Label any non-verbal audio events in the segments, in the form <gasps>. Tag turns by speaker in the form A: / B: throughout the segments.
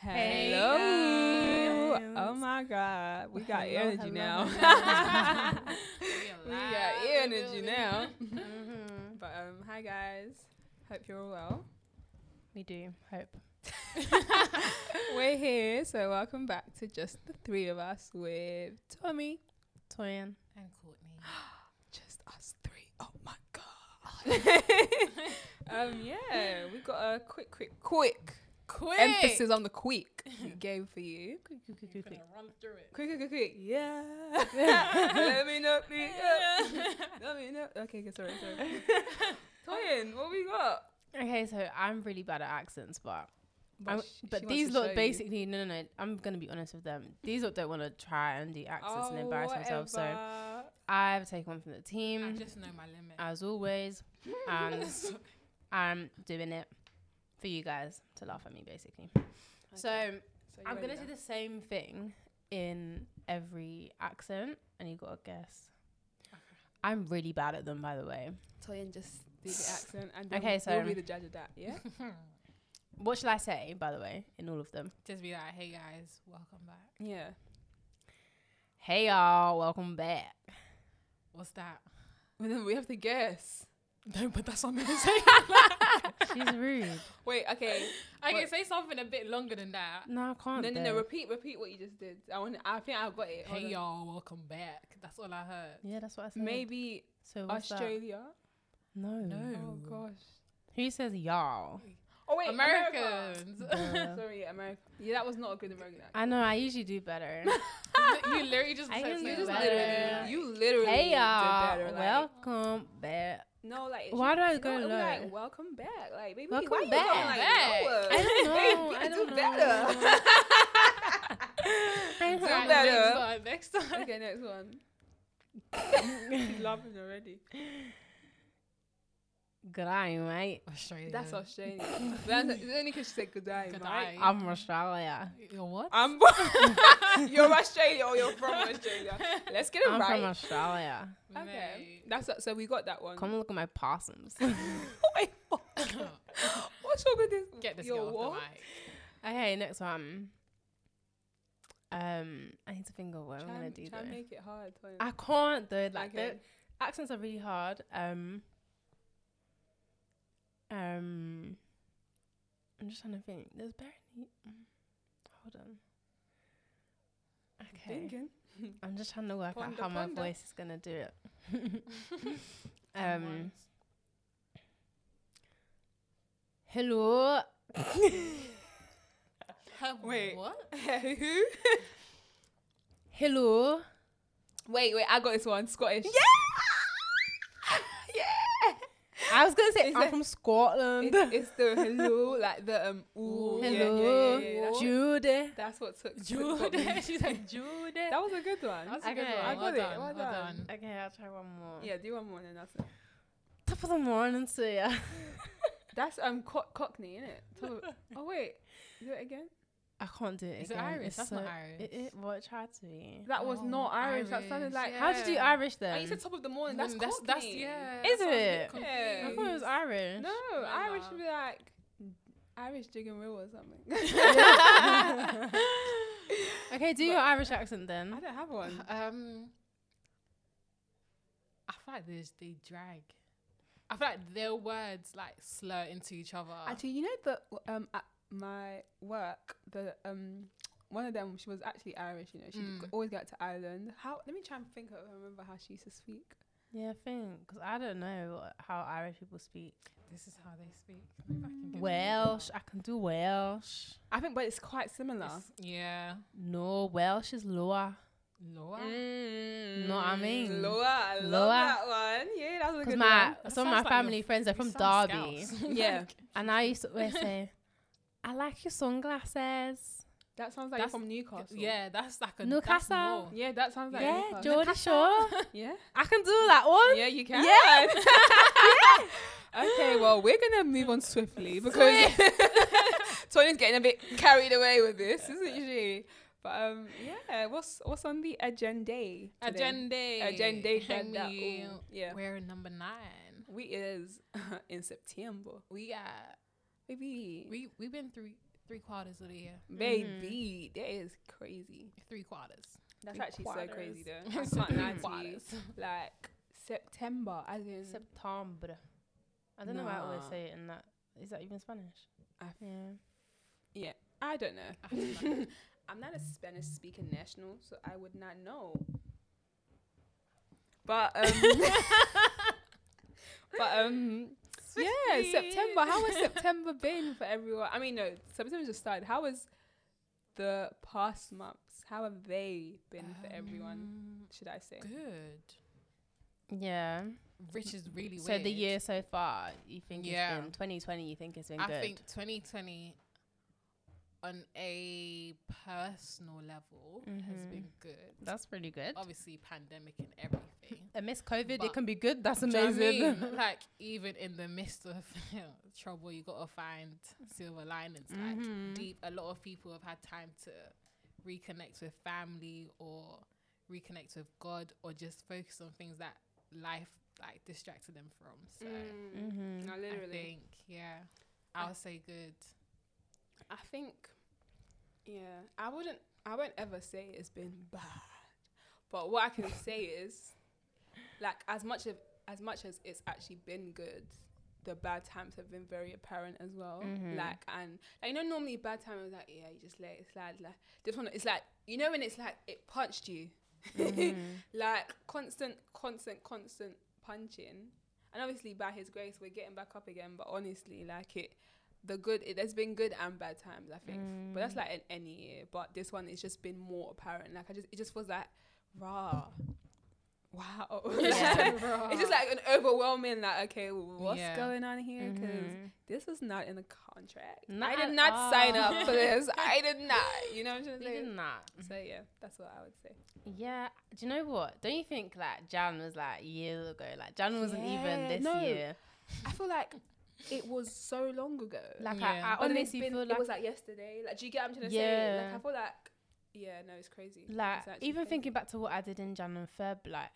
A: Hey
B: Hello.
A: guys.
B: Oh my God. We got
A: Hello,
B: energy
A: Oh, hello,
B: now.
A: hello.
B: <laughs> we got energy now.
A: Mhm.
B: But um, hi guys. Hope you're all well.
A: We do hope.
B: <laughs> We're here, so welcome back to just the three of us with Tommy.
A: Toyin.
C: And Courtney.
B: Just us three. Oh my God.
A: <laughs>
B: <laughs> um, yeah, we got a quick, quick, quick,
C: Quick.
B: emphasis on the <laughs> quick game for you.
C: You're gonna run through it.
B: Quick, quick, quick, quick. Yeah. <laughs> Let me know, please. uh, Let me know. Okay, okay, sorry, sorry. <laughs> Toyin, what we got?
A: Okay, so I'm really bad at accents, but I'm-
B: sh- she
A: but
B: wants
A: these
B: to show
A: lot
B: you.
A: basically no no no. I'm gonna be honest with them. These lot don't want to try and do accents and embarrass themselves. So
B: Oh, whatever.
A: I've taken one from the
C: I
A: team
C: just know my limit.
A: as always,
B: <laughs>
A: and I'm doing it for you guys to laugh at me basically. So.
B: So you
A: I'm
B: ready
A: gonna do
B: now?
A: the same thing in every accent, and you gotta guess. I'm really bad at them, by the way.
B: Toyin just
A: <laughs>
B: do the accent, and then
A: Okay,
B: okay,
A: so-
B: we'll be the judge of that.
A: <laughs>
B: Yeah.
A: What shall I say, by the way, in all of them?
C: just be like, hey guys, welcome back.
B: Yeah.
A: Hey y'all,
B: <laughs>
A: welcome back.
C: What's that?
B: But then we have to guess.
C: Don't put that on me. <laughs> Say
A: She's rude.
B: Wait. Okay.
C: I can
B: What?
C: say something a bit longer than that.
A: No, I can't.
B: no, no, no.
A: though.
B: Repeat, repeat what you just did. I want. I think I got it. Hold
C: Hey
B: on.
C: y'all, welcome back. That's all I heard.
A: Yeah, that's what I said.
B: Maybe
A: So what's that?
B: Australia.
A: No.
C: No.
B: Oh gosh.
A: Who says y'all?
B: <laughs> Oh wait, America.
A: <laughs>
C: Americans. <laughs>
A: Duh.
B: Sorry, yeah, America. Yeah, that was not a good American accent.
A: I know. I usually do
B: <laughs>
A: better.
C: you literally just
A: I
C: said
A: can
B: You
A: do
C: something
B: just
A: better.
C: like that.
B: literally, <laughs> you literally
A: hey
B: did
A: y'all,
B: better. Like,
A: welcome
B: <laughs>
A: back.
B: no, like it
A: Why
B: should-
A: do I
B: no,
A: go
B: it would be
A: low?
B: Like, welcome back, like baby.
A: Welcome
B: why you
A: back.
B: going, like,
C: Back.
B: lower?
A: I
B: <laughs>
A: don't know.
B: Baby, do
A: I don't know. <laughs>
B: better.
A: I
C: All
A: don't
C: right,
A: know.
B: better.
C: Next time. Next
B: <laughs>
C: time.
B: okay, next one. She's laughing already.
A: Good eye, mate.
C: Australia.
B: That's Australian. But That's it's only because she said good day,
C: Good
B: mate.
C: day.
A: I'm from Australia.
C: You're what?
B: I'm <laughs> you're Australia or you're from Australia. Let's get it
A: I'm
B: right.
A: from Australia.
B: okay,
C: Mate.
B: that's so we got that one.
A: Come look at my possums.
B: Wait, what's wrong with this?
C: Get this
B: Your
C: girl off
B: what?
C: the mic.
A: okay, next one. Um, I need to think of what I'm
B: Try
A: gonna
B: and-
A: do
B: try and
A: though.
B: make it hard. Toyin.
A: I can't though. Like
B: Okay.
A: the accents are really hard. Um, um, I'm just trying to think. There's barely. mm, Hold on. Okay.
B: Thinking.
A: I'm just trying to work
B: Ponder,
A: out how my
B: ponder.
A: voice is gonna do <laughs> it.
C: Come
A: um,
C: on.
A: hello.
C: Her
B: Wait.
C: What?
B: <laughs> Who?
A: Hello.
B: Wait, wait, I got this one. Scottish. Yeah.
A: <laughs> I was gonna say
B: Is
A: I'm
B: it-
A: from Scotland.
B: It's, it's the hello, like the
A: <laughs>
B: um. Ooh, yeah, yeah,
A: hello,
B: yeah, yeah, that's- <laughs>
A: Jude.
B: That's what took. took- got
A: <laughs>
B: me.
C: Jude. She's like Jude.
B: That was a good one.
C: That's a good
A: Okay. I
C: one. Well
B: got it,
C: done.
B: well
C: Well
B: done.
C: done.
A: Okay, I'll try one more.
B: Yeah, do one more and that's it.
A: Top of the morning to ya.
B: That's um co- Cockney, isn't
C: <laughs>
B: it? oh wait, do it again.
A: I can't do it
C: Is it
A: again.
C: Irish?
A: It's
C: That's
A: so,
C: not Irish.
A: It, it, well, it tried to be.
B: That was
C: Oh,
B: not Irish. That sounded
C: Irish,
B: like.
A: How did you do
C: Yeah.
A: Irish
B: I
A: then?
B: used to top of the morning.
C: Then
B: That's
C: that's
B: Cockney.
C: that's yeah.
A: Is
C: that sounds a bit
A: it?
B: Yeah.
A: I
C: confused.
A: thought it was Irish.
B: No,
C: No,
B: Irish
C: no.
B: would be like Irish digging real or something.
A: <laughs>
B: <laughs>
A: Okay, do your Irish accent Uh. then.
B: I don't have one.
C: Um, I feel like they just- they drag. I feel like their words like slur into each other.
B: Actually, you know the um at my work, the um one of them she was actually Irish. You know, she
C: Mm.
B: always got to Ireland. How? Let me try and think of remember how she used to speak.
A: Yeah, I think because I don't know what, how Irish people speak.
C: this is how they speak. Maybe I can get it.
A: Welsh, I can do Welsh.
B: I think, but it's quite similar.
C: It's- yeah,
A: No, Welsh is lower.
C: Laura.
A: Mm. Know what I mean?
B: Lower, I
A: Lower.
B: love that one. Yeah, that was a
A: Because
B: good
A: my
C: That
A: some of my
C: sounds like your
A: family friends are
C: You
A: from
C: sound
A: Derby, <laughs>
C: Scouse.
B: one. Yeah,
A: and I used to
C: <laughs>
A: always say, "I like your sunglasses."
B: that sounds like you're
C: That's-
B: from Newcastle.
C: yeah, that's like a that's
A: Newcastle.
C: more.
B: yeah, that sounds like
C: oh,
A: yeah,
B: Newcastle.
A: Geordie Shore.
C: <laughs>
B: Yeah,
A: I can do that one.
B: yeah, you can.
A: Yeah.
B: <laughs> okay, well, we're gonna move on swiftly <laughs> because Tony's getting a bit carried away with this, isn't she? But um, yeah, what's what's on the agenda? Today?
C: Agenda.
B: agenda.
C: Hang
B: agenda,
C: me.
B: ooh, Yeah,
C: We're in number nine.
B: we is <laughs> in September,
C: We got
B: baby.
C: we we've been through Three quarters of the year.
B: Baby, that is crazy.
C: Three quarters.
B: Mm-hmm. That's
A: Three
B: actually so
A: quarters.
B: crazy <laughs> though.
C: <laughs>
B: I can't lie to you.
C: Quarters.
B: Like September, as in
A: September. I don't know why I always
B: Nah.
A: say it in that. Is that even Spanish?
B: I
A: yeah.
B: I don't
C: I <laughs> don't know.
B: know. I'm not a Spanish speaking national, so I would not know. But
C: <laughs>
B: um But um yeah, September. How has September been for everyone? I mean, no, September just started. How has the past months? How have they been for everyone?
C: Um,
B: Should I say?
C: Good.
A: Yeah.
C: Rich is really
A: So
C: weird.
A: the year so far, you think
C: Yeah.
A: it's been 2020? You think it's been
C: I
A: good?
C: think 2020 on a personal level has
A: Mhm.
C: been good.
A: that's pretty good.
C: Obviously, pandemic and everything.
A: Amidst COVID,
C: But-
A: it can be good. That's
C: Do you know what I
A: amazing. <laughs>
C: mean? <laughs> like even in the midst of <laughs> trouble, you gotta find silver linings.
A: Mhm.
B: Mm-hmm.
C: Like deep, a lot of people have had time to reconnect with family or reconnect with God or just focus on things that life like distracted them from. So
A: Mhm.
B: No,
C: Mm-hmm. I
B: Mm, literally.
C: think yeah,
B: I-
C: I'll say good.
B: I think, yeah, I wouldn't, I won't ever say it's been bad, but what I can say is, like, as much of, as much as it's actually been good, the bad times have been very apparent as well.
A: Mhm.
B: Like, and like, you know, normally bad time is like, yeah, you just let it slide. Like, this one, it's like, you know, when it's like it punched you,
A: Mhm.
B: <laughs> like constant, constant, constant punching. And obviously, by His grace, we're getting back up again. But honestly, like it, the good, it, there's been good and bad times. I think, but that's
A: Mm.
B: like in any year. But this one, it's just been more apparent. Like I just, it just was like, rah, wow. <laughs>
A: Yeah.
B: it's just <laughs> like an overwhelming. Like okay, what's
C: Yeah.
B: going on here? Because
A: Mhm.
B: this was not in the contract.
A: Not
B: I
A: at
B: did Mm-hmm. not sign
A: all.
B: up for this. I <laughs> did not. You know what I'm trying to
A: We
B: say?
A: did not.
B: So yeah, that's what I would say.
A: Yeah. Do you know what? Don't you think like Jan was like years ago? Like Jan wasn't even
B: Yeah,
A: this
B: no.
A: year.
B: I feel like it was so long ago.
A: Like
C: Yeah.
A: I, I
B: But then it's
A: honestly
B: been-
A: feel
B: it
A: like
B: was like yesterday. Like, do you get what I'm trying to say?
A: Yeah.
B: Like, I feel like, yeah, no, it's crazy.
A: like
B: It's actually
A: even
B: crazy.
A: thinking back to what I did in Jan and Feb, like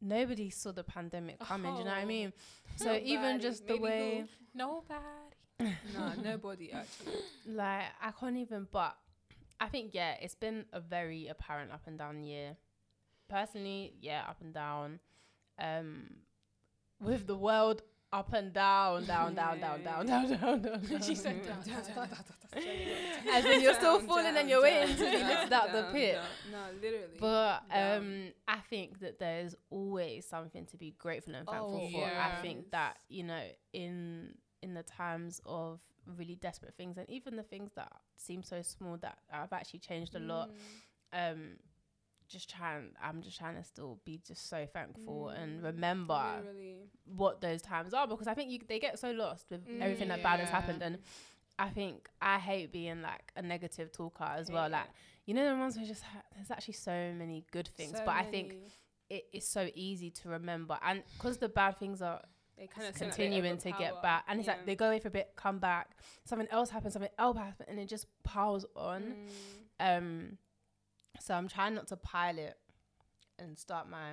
A: nobody saw the pandemic coming. Do you know what I
B: Oh. <laughs>
A: mean? So even
B: Nobody,
A: just the
B: maybe
A: way,
B: <laughs>
C: nobody.
A: <laughs>
B: no, nobody <laughs> actually.
A: like I can't even. But I think yeah, it's been a very apparent up and down year. Personally, yeah, up and down. Um, with the world up and down, down, down, down,
C: <laughs>
A: down, down, down, down. down.
C: <laughs>
A: <laughs>
C: She said
B: Mm.
A: And then you're still
B: Down,
A: falling
B: down,
A: and you're
B: down,
A: waiting to be
B: down,
A: lifted out the
B: down,
A: pit.
B: down. No, literally.
A: But um,
B: Down.
A: I think that there is always something to be grateful and thankful
C: Oh,
A: for. I
C: yeah.
A: think that you know, in in the times of really desperate things, and even the things that seem so small that I've actually changed a lot.
B: Mm.
A: Um, just trying, I'm just trying to still be just so thankful and
B: Mm,
A: remember
B: Literally.
A: what those times are because I think you they get so lost with
B: Mm,
A: everything that bad has
C: Yeah.
A: happened and. I think I hate being like a negative talker as well.
B: Hate it.
A: Like, you know, the ones who just, ha- there's actually so many good things,
B: So
A: but I think
B: many.
A: it is so easy to remember and because the bad things are
B: they kind of
A: continuing to get back and it's like they go away for a bit come back something else happens something else happens and it just piles
B: Mm.
A: on <sniffs> um so i'm trying not to pile it and start my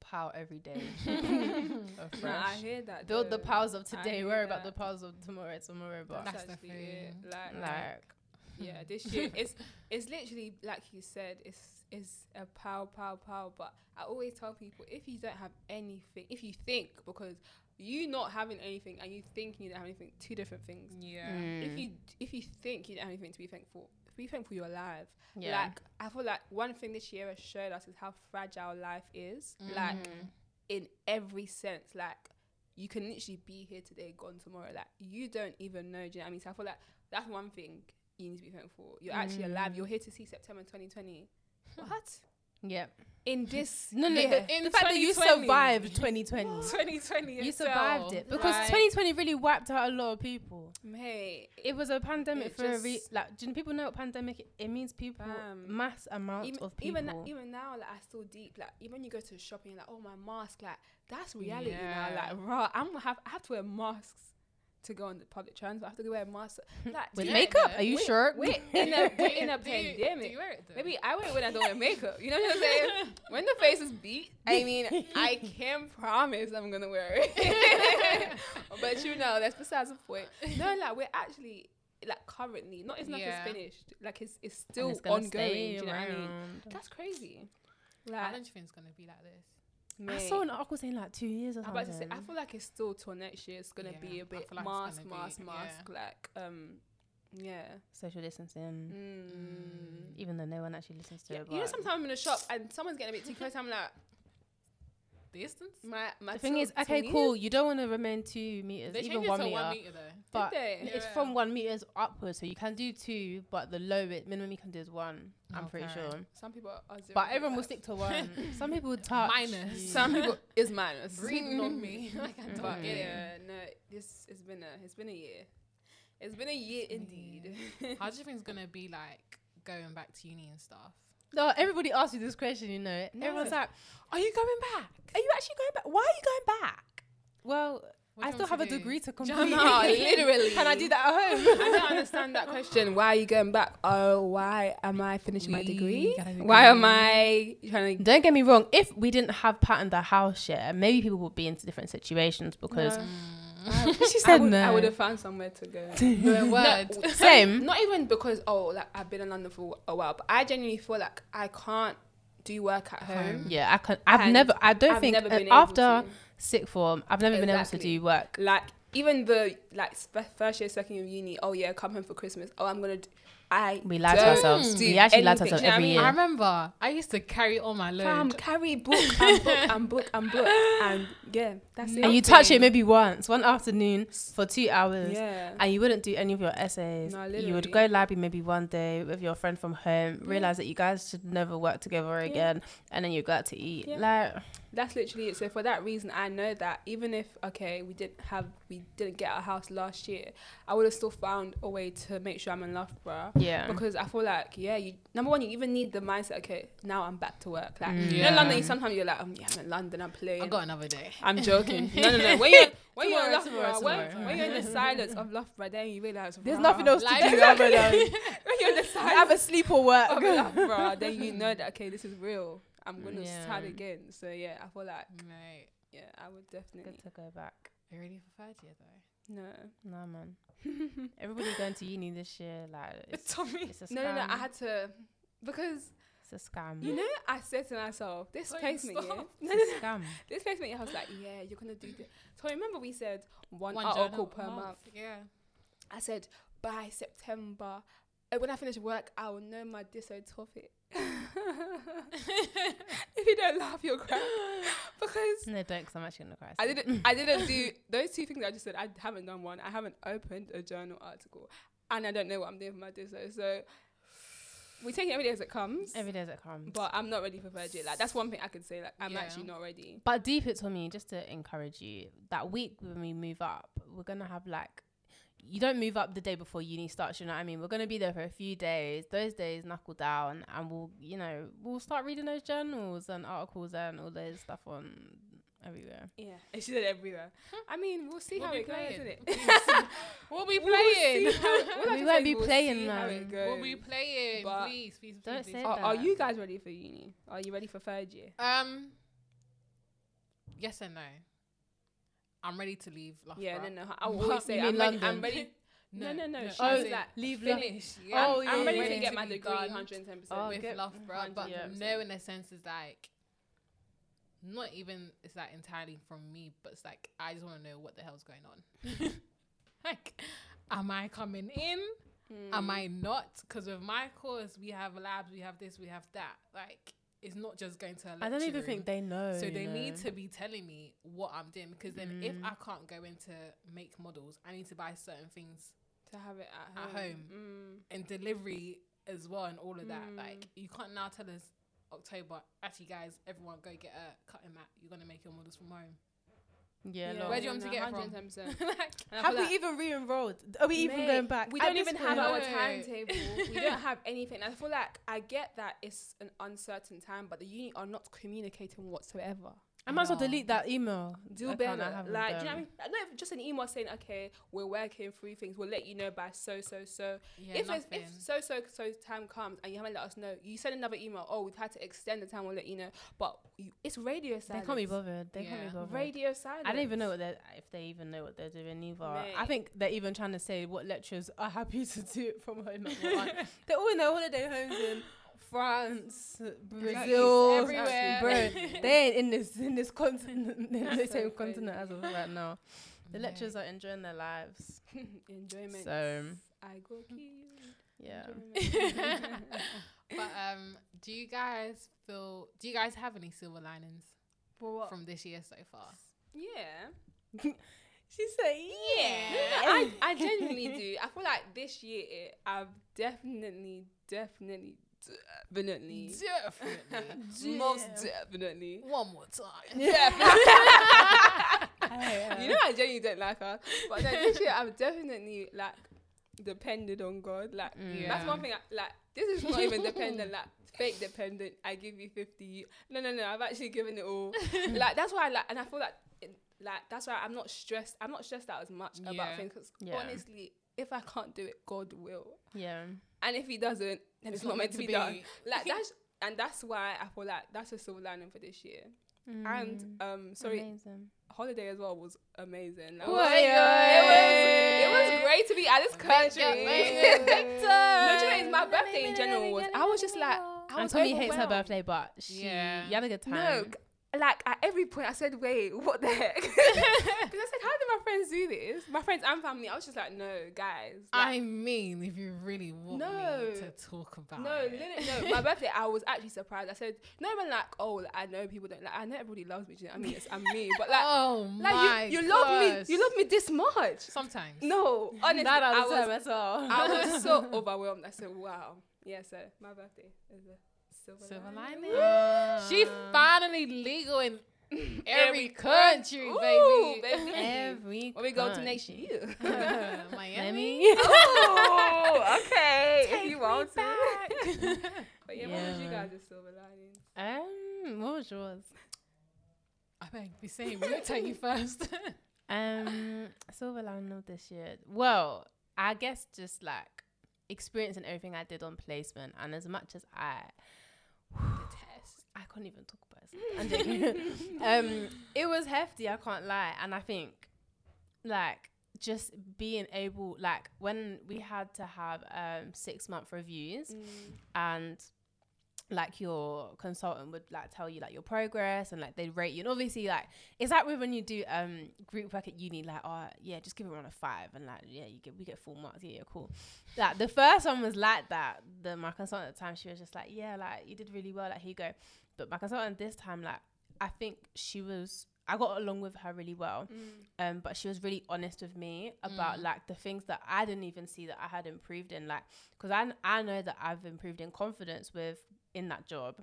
A: pile
B: <laughs>
A: every day <laughs>
B: No,
A: <sniffs>
B: I
A: afresh
B: hear that.
A: build the
B: though.
A: piles of
B: I
A: today
B: hear
A: worry about the
B: that.
A: piles of tomorrow tomorrow but
C: That's the
B: actually it.
C: thing.
B: Like,
A: like <laughs>
B: yeah, this year it's it's literally like you said, it's it's a pow pow pow. But I always tell people if you don't have anything, if you think because you not having anything and you thinking you don't have anything, two different things.
C: <laughs> yeah.
B: If
A: mm,
B: you if you think you don't have anything to be thankful, be thankful you're alive.
A: yeah
B: Like I feel like one thing this year has showed us is how fragile life is.
C: Mm.
B: Like
A: Mhm.
B: in every sense. Like you can literally be here today, gone tomorrow. Like you don't even know. Do you know what I mean? So I feel like that's one thing you need to be thankful. for. You're actually alive.
A: Mm.
B: You're here to see September
A: <laughs>
B: 2020. What?
A: yeah
B: In this
A: no no
B: year.
A: <laughs>
B: <laughs>
A: the, the fact that you
C: 2020. <laughs>
A: survived 2020
B: 2020.
A: You
B: itself.
A: survived it because
B: Like,
A: 2020 really wiped out a lot of people.
B: mate.
A: It was a pandemic
B: It
A: for a re-
B: just-
A: like. Do you- people know what pandemic? It means people
B: Fam.
A: mass amount
B: even,
A: of people.
B: even na- even now, like I still deep. Like even when you go to shopping, you're like oh my mask, like that's reality
C: Yeah.
B: now. Like raw, I'm gonna have I have to wear masks to go on the public transport. I have to wear masks. Like do
A: with
B: you-
A: makeup,
C: though.
A: are you
B: We're-
A: sure?
B: We're
C: <laughs>
B: in a we're in a
C: Do you- do
B: pandemic.
C: you wear it though?
B: Maybe I wear it when I don't wear makeup. You know what I'm saying? when the face is beat, I mean, I <laughs> can promise I'm <laughs> gonna wear it. but you know, that's besides the point. No, like we're actually like currently. Not it's not
C: Yeah.
B: it's finished. Like it's it's
A: And
B: still
A: it's gonna
B: ongoing. Do
A: stay
B: you know what I mean?
A: around.
B: That's crazy.
C: I
B: Like
C: don't think it's gonna be like this.
A: I
B: mate,
A: saw an article saying like two years or
B: I'm
A: something.
B: about to say, I feel like it's still till next year. It's gonna
C: Yeah,
B: be
C: I
B: a bit
C: feel like it's
B: mask,
C: gonna
B: mask,
C: be-
B: mask. Like, um, yeah.
A: social distancing,
C: Mm.
B: Mm.
A: even though no one actually listens to
B: Yeah,
A: it.
B: you know,
A: but-
B: sometimes I'm in a shop and someone's getting a bit too close. I'm like,
C: Distance?
B: my my.
A: the thing
B: till-
A: is, okay,
B: till
A: cool. You don't want to remain two meters,
C: They
A: even
C: changed it
A: one
C: to
A: meter,
C: one meter though.
A: but
B: they?
A: it's
C: Yeah.
A: from one meters upwards. So you can do two, but the lowest minimum you can do is one. I'm pretty
C: Okay.
A: sure.
B: Some people are zero.
A: But everyone
B: <laughs>
A: will stick to one.
C: <laughs>
A: Some people would touch.
C: Minus.
A: you.
B: Some people is
A: <laughs>
B: minus.
C: Breathing
B: <laughs>
C: on me. Like I don't
B: But
A: Mm.
C: get it.
B: yeah, no, this it's been a it's been a year. It's been a year
C: been a
B: indeed. <laughs>
C: How do you think it's gonna be like going back to uni and stuff?
A: No, everybody asks you this question. You know,
C: No.
A: everyone's like, "Are you going back? Are you actually going back? Why are you going back?" Well,
C: What
A: I
C: do you
A: still
C: want
A: have a
C: to do?
A: degree
C: <laughs>
A: to complete.
C: Jana,
B: literally.
A: Can I do that at home?
B: I don't understand that question. Why are you going back? Oh, why am I finishing my
C: We
B: degree?
C: gotta be
B: Why am
C: going.
B: I trying to?
A: Don't get me wrong. If we didn't have Pat and the house share, maybe people would be into different situations
C: Mm.
A: because
B: <laughs> No.
C: <laughs>
A: she
B: I
A: said
B: would,
A: no.
B: I would have found somewhere to
A: <laughs>
B: go.
C: No word.
A: Same.
B: Not even because oh, like I've been in London for a while, but I genuinely feel like I can't do work at home.
A: Yeah, I can. I've
B: And
A: never. I don't
B: I've
A: think
B: never
A: uh,
B: been able
A: after
B: to.
A: sick form, I've never been able to
B: Exactly.
A: do work.
B: like even the like sp- first year, second year of uni. Oh yeah, come home for Christmas. Oh, I'm gonna. D- I
A: We lie to
B: don't
A: ourselves.
B: do
A: We actually lie to
B: anything.
A: ourselves
B: Do you know
A: every
B: what
A: year.
C: I remember I used to carry all my load.
B: Fam, carry book and book and book and
A: <laughs>
B: book and yeah, that's it.
A: And you touch it maybe once, one afternoon for two hours,
B: Yeah.
A: and you wouldn't do any of your essays.
B: No,
A: you would
B: literally.
A: go library maybe one day with your friend from home, realize that you guys should never work together again, and then you go out to eat.
B: Yeah.
A: Like,
B: That's literally it. So for that reason, I know that even if okay, we didn't have we didn't get our house last year, I would have still found a way to make sure I'm in Loughborough.
A: yeah,
B: Because I feel like yeah, you number one, you even need the mindset. Okay, now I'm back to work. Like
A: Mm.
B: you know,
C: Yeah.
B: London. You, sometimes you're like, um, yeah, I'm in London. I'm playing.
C: I got another day.
B: I'm
A: <laughs>
B: joking. No, no, no. When you're when you're in
A: Tomorrow,
B: Loughborough,
A: tomorrow,
B: when,
A: tomorrow.
B: when you're in
A: <laughs>
B: the silence of Loughborough, then you realize
A: there's
B: rah.
A: nothing else to
C: <laughs> Like-
A: do other
B: <laughs>
A: than
B: When you're in the silence
A: have a sleep or
B: <laughs>
A: work. <laughs>
B: of Loughborough, then you know that okay, this is real. I'm gonna
A: Yeah.
B: start again. So yeah, I feel like
C: Right.
B: yeah, I would definitely
A: Good to go back.
C: Are you ready for third year
B: <laughs>
C: though?
B: no.
A: No man, everybody going to uni this year. Like, it's,
C: Tommy.
A: it's a
B: <laughs>
A: scam.
B: No, no, no. I had to because
A: it's a scam.
B: you know I said to myself this
C: Wait,
B: placement year.
C: stop.
B: No, no,
A: <laughs> it's
B: no.
A: a scam.
B: This placement year, I was like, yeah, you're gonna do this. So remember we said one,
C: One
B: article
C: journal
B: per month.
C: Yeah.
B: I said by September, uh, when I finish work, I will know my disso topic. <laughs> if you don't laugh, you'll cry because
A: No, don't, because I'm actually gonna cry.
B: I didn't. I didn't do those two things I just said. I haven't done one. I haven't opened a journal article, and I don't know what I'm doing for my disso. So we take it every day as it comes.
A: Every day as it comes.
B: but I'm not ready for third year. Like that's one thing I can say. Like I'm
C: Yeah.
B: actually not ready.
A: But deep it to me, just to encourage you, that week when we move up, we're gonna have like you don't move up the day before uni starts, you know what I mean? We're gonna be there for a few days, those days knuckle down and we'll you know, we'll start reading those journals and articles and all those stuff on everywhere.
B: Yeah, and she said everywhere. I mean, we'll see
C: We'll
B: how
C: be
B: it goes,
C: playing.
B: isn't it?
A: <laughs>
C: <laughs> We'll
B: <laughs>
C: be
B: We'll see
C: playing.
B: how it- all I
A: We
B: can
A: won't
B: say,
A: be
B: we'll
A: playing,
B: see how it
A: man.
B: goes.
C: <laughs> We'll be playing.
B: But-
C: Please, please, please.
A: Don't
C: please.
A: say
B: Are, are
A: that.
B: you guys ready for uni? Are you ready for third year?
C: Um. Yes and no. I'm ready to leave. Loughborough.
B: Yeah, no, no. I
A: Oh,
C: <laughs>
A: What?
B: always say
A: You
B: I'm
A: mean
B: ready,
A: London?
B: I'm ready. No, no, no. She
C: I
B: was
C: said
B: like,
A: Oh, leave
C: finish. oh, Yeah.
A: <laughs> Oh,
B: I'm,
A: yeah,
B: I'm ready
A: yeah,
B: to
A: yeah.
B: get
C: To
B: my
C: be
B: degree,
C: done.
B: 110.
A: Oh,
B: percent
C: with
A: good.
C: Loughborough, but
A: Yeah.
C: no, in a sense, is like not even it's like entirely from me, but it's like I just want to know what the hell's going
B: <laughs>
C: on. like, am I coming in?
B: Hmm.
C: Am I
B: Mm.
C: not? Because with my course, we have labs, we have this, we have that. Like, it's not just going to. A
A: I don't even
C: lecture room.
A: think they know.
C: So
A: you
B: Oh,
C: they need
A: know.
C: to be telling me what I'm doing because then if
B: Mm.
C: I can't go in to make models, I need to buy certain things
B: to have it at
C: At
B: home? Mm.
C: and delivery as well and all of that. Like you can't now tell us October, actually guys, everyone go get a cutting mat. You're gonna make your models from home.
A: Yeah,
C: Where do you want me to get it from?
B: 110%.
C: <laughs>
B: <laughs>
C: like
B: And I
A: Have
B: feel
A: we
B: like-
A: even re-enrolled? Are we even
B: Mate,
A: going back?
B: We
A: At
B: don't
A: this
B: even
A: point-
B: have our
C: No.
B: timetable. we don't have anything. I feel like I get that it's an uncertain time, but the uni are not communicating whatsoever.
A: I might as well
C: know.
A: delete that email.
B: do
A: account I
B: better.
A: have with
B: Like, do you know what I
A: them.
B: mean? Not even- just an email saying, okay, we're working through things. We'll let you know by so, so, so.
C: Yeah,
B: if, it's,
C: nothing.
B: if <laughs> so, so, so time comes and you haven't let us know, you send another email. Oh, we've had to extend the time. We'll let you know. But you, it's radio
A: They
B: silence.
A: can't be bothered. They
C: Yeah.
A: can't be bothered.
B: Radio silence.
A: I don't even know what they're, if they even know what they're doing either. I
B: Mate.
A: think they're even trying to say what lecturers are happy <laughs> to do it from home. at work. they're all in their holiday homes in France, Brazil,
C: everywhere.
B: <laughs>
A: bro. They ain't in this in this continent, in the
B: That's so
A: same
B: crazy.
A: continent as of right now. The
C: Mate.
A: lecturers are enjoying their lives.
B: Enjoyment.
A: So
B: I go kill you.
A: yeah, <laughs>
B: Enjoyment.
C: <laughs> But um, do you guys feel? Do you guys have any silver linings
B: For what?
C: from this year so far?
B: yeah.
A: she said
B: No, no, I, I genuinely
A: <laughs>
B: do. I feel like this year I've definitely, definitely, definitely, <laughs>
C: Definitely.
B: most
A: <laughs>
B: definitely.
C: <laughs> One more time.
B: Yeah.
A: yeah.
B: you know, I genuinely don't like her. But no, this year I've definitely, like, depended on God. Like,
A: Mm.
B: that's
C: Yeah.
B: one thing. I, like, this is not even <laughs> dependent, like, fake dependent. I give you 50. You, no, no, no. I've actually given it <laughs> all. like, that's why I like, and I feel like, it, like, that's why I'm not stressed. I'm not stressed out as much
C: Yeah.
B: about things. 'cause
A: Yeah.
B: honestly, if I can't do it, God will.
A: yeah.
B: And if he doesn't, then it's, not, meant to be, done. <laughs> Like that's and that's why I feel like that's a silver lining for this year. And um sorry,
A: Mm. Amazing.
B: holiday as well was amazing. Like,
A: Oi,
B: it, was, it was
A: oi.
B: great to be at this country.
C: Victor,
B: <laughs> Literally,
A: Victor.
B: it's my birthday in general was I was just like I
A: And
B: was
A: Tommy hates her
B: overwhelmed.
A: birthday, but she
C: Yeah.
A: you had a good time.
B: No, g- like at every point I said, wait, what the heck? <laughs> Because I said, how do my friends do this? My friends and family. I was just like, no, guys. Like,
C: I mean, if you really want
B: No.
C: me to talk about
B: No,
C: it.
B: literally, no. My birthday, I was actually surprised. I said, not even like, oh, like, I know people don't like. I know everybody loves me. do you know what I mean, it's I'm me, but like,
C: <laughs> oh
B: like
C: my
B: you, you love
C: gosh.
B: me, you love me this much.
C: Sometimes.
B: No, honestly,
A: not
B: I
A: all the
B: was,
A: time at
B: <laughs>
A: all.
B: I was so overwhelmed. I said, wow, yeah. So my birthday is a silver,
C: Silver
B: lining.
C: lining.
A: Uh,
C: She
B: <laughs>
C: finally legal <laughs> in every
B: Every
C: country,
B: Ooh,
C: baby.
B: baby.
A: every
B: <laughs> When we go to
A: country.
B: next year.
C: <laughs>
B: <laughs>
C: Miami.
A: Miami.
B: oh, okay. if you want to. But yeah, what was you
A: Yeah.
B: guys' silver lining?
A: um, what was yours?
C: I beg, be saying we looked at you <laughs> first.
A: Um, silver lining of this year. Well, I guess just like experiencing everything I did on placement, and as much as I
C: <laughs>
A: detest, I can't even talk about it. I'm
B: <laughs>
A: <laughs> joking. um, it was hefty. I can't lie, and I think like just being able like when we had to have um six month reviews
B: Mm,
A: and like your consultant would like tell you like your progress and like they'd rate you and obviously like it's like with when you do um group work at uni like oh yeah just give everyone a five and like yeah you get we get full marks yeah, yeah cool like the first one was like that the my consultant at the time she was just like yeah like you did really well like here you go but my consultant this time like i think she was i got along with her really well
B: mm.
A: um, but she was really honest with me about
C: Mm.
A: like the things that I didn't even see that I had improved in, like because I I know that I've improved in confidence with in that job,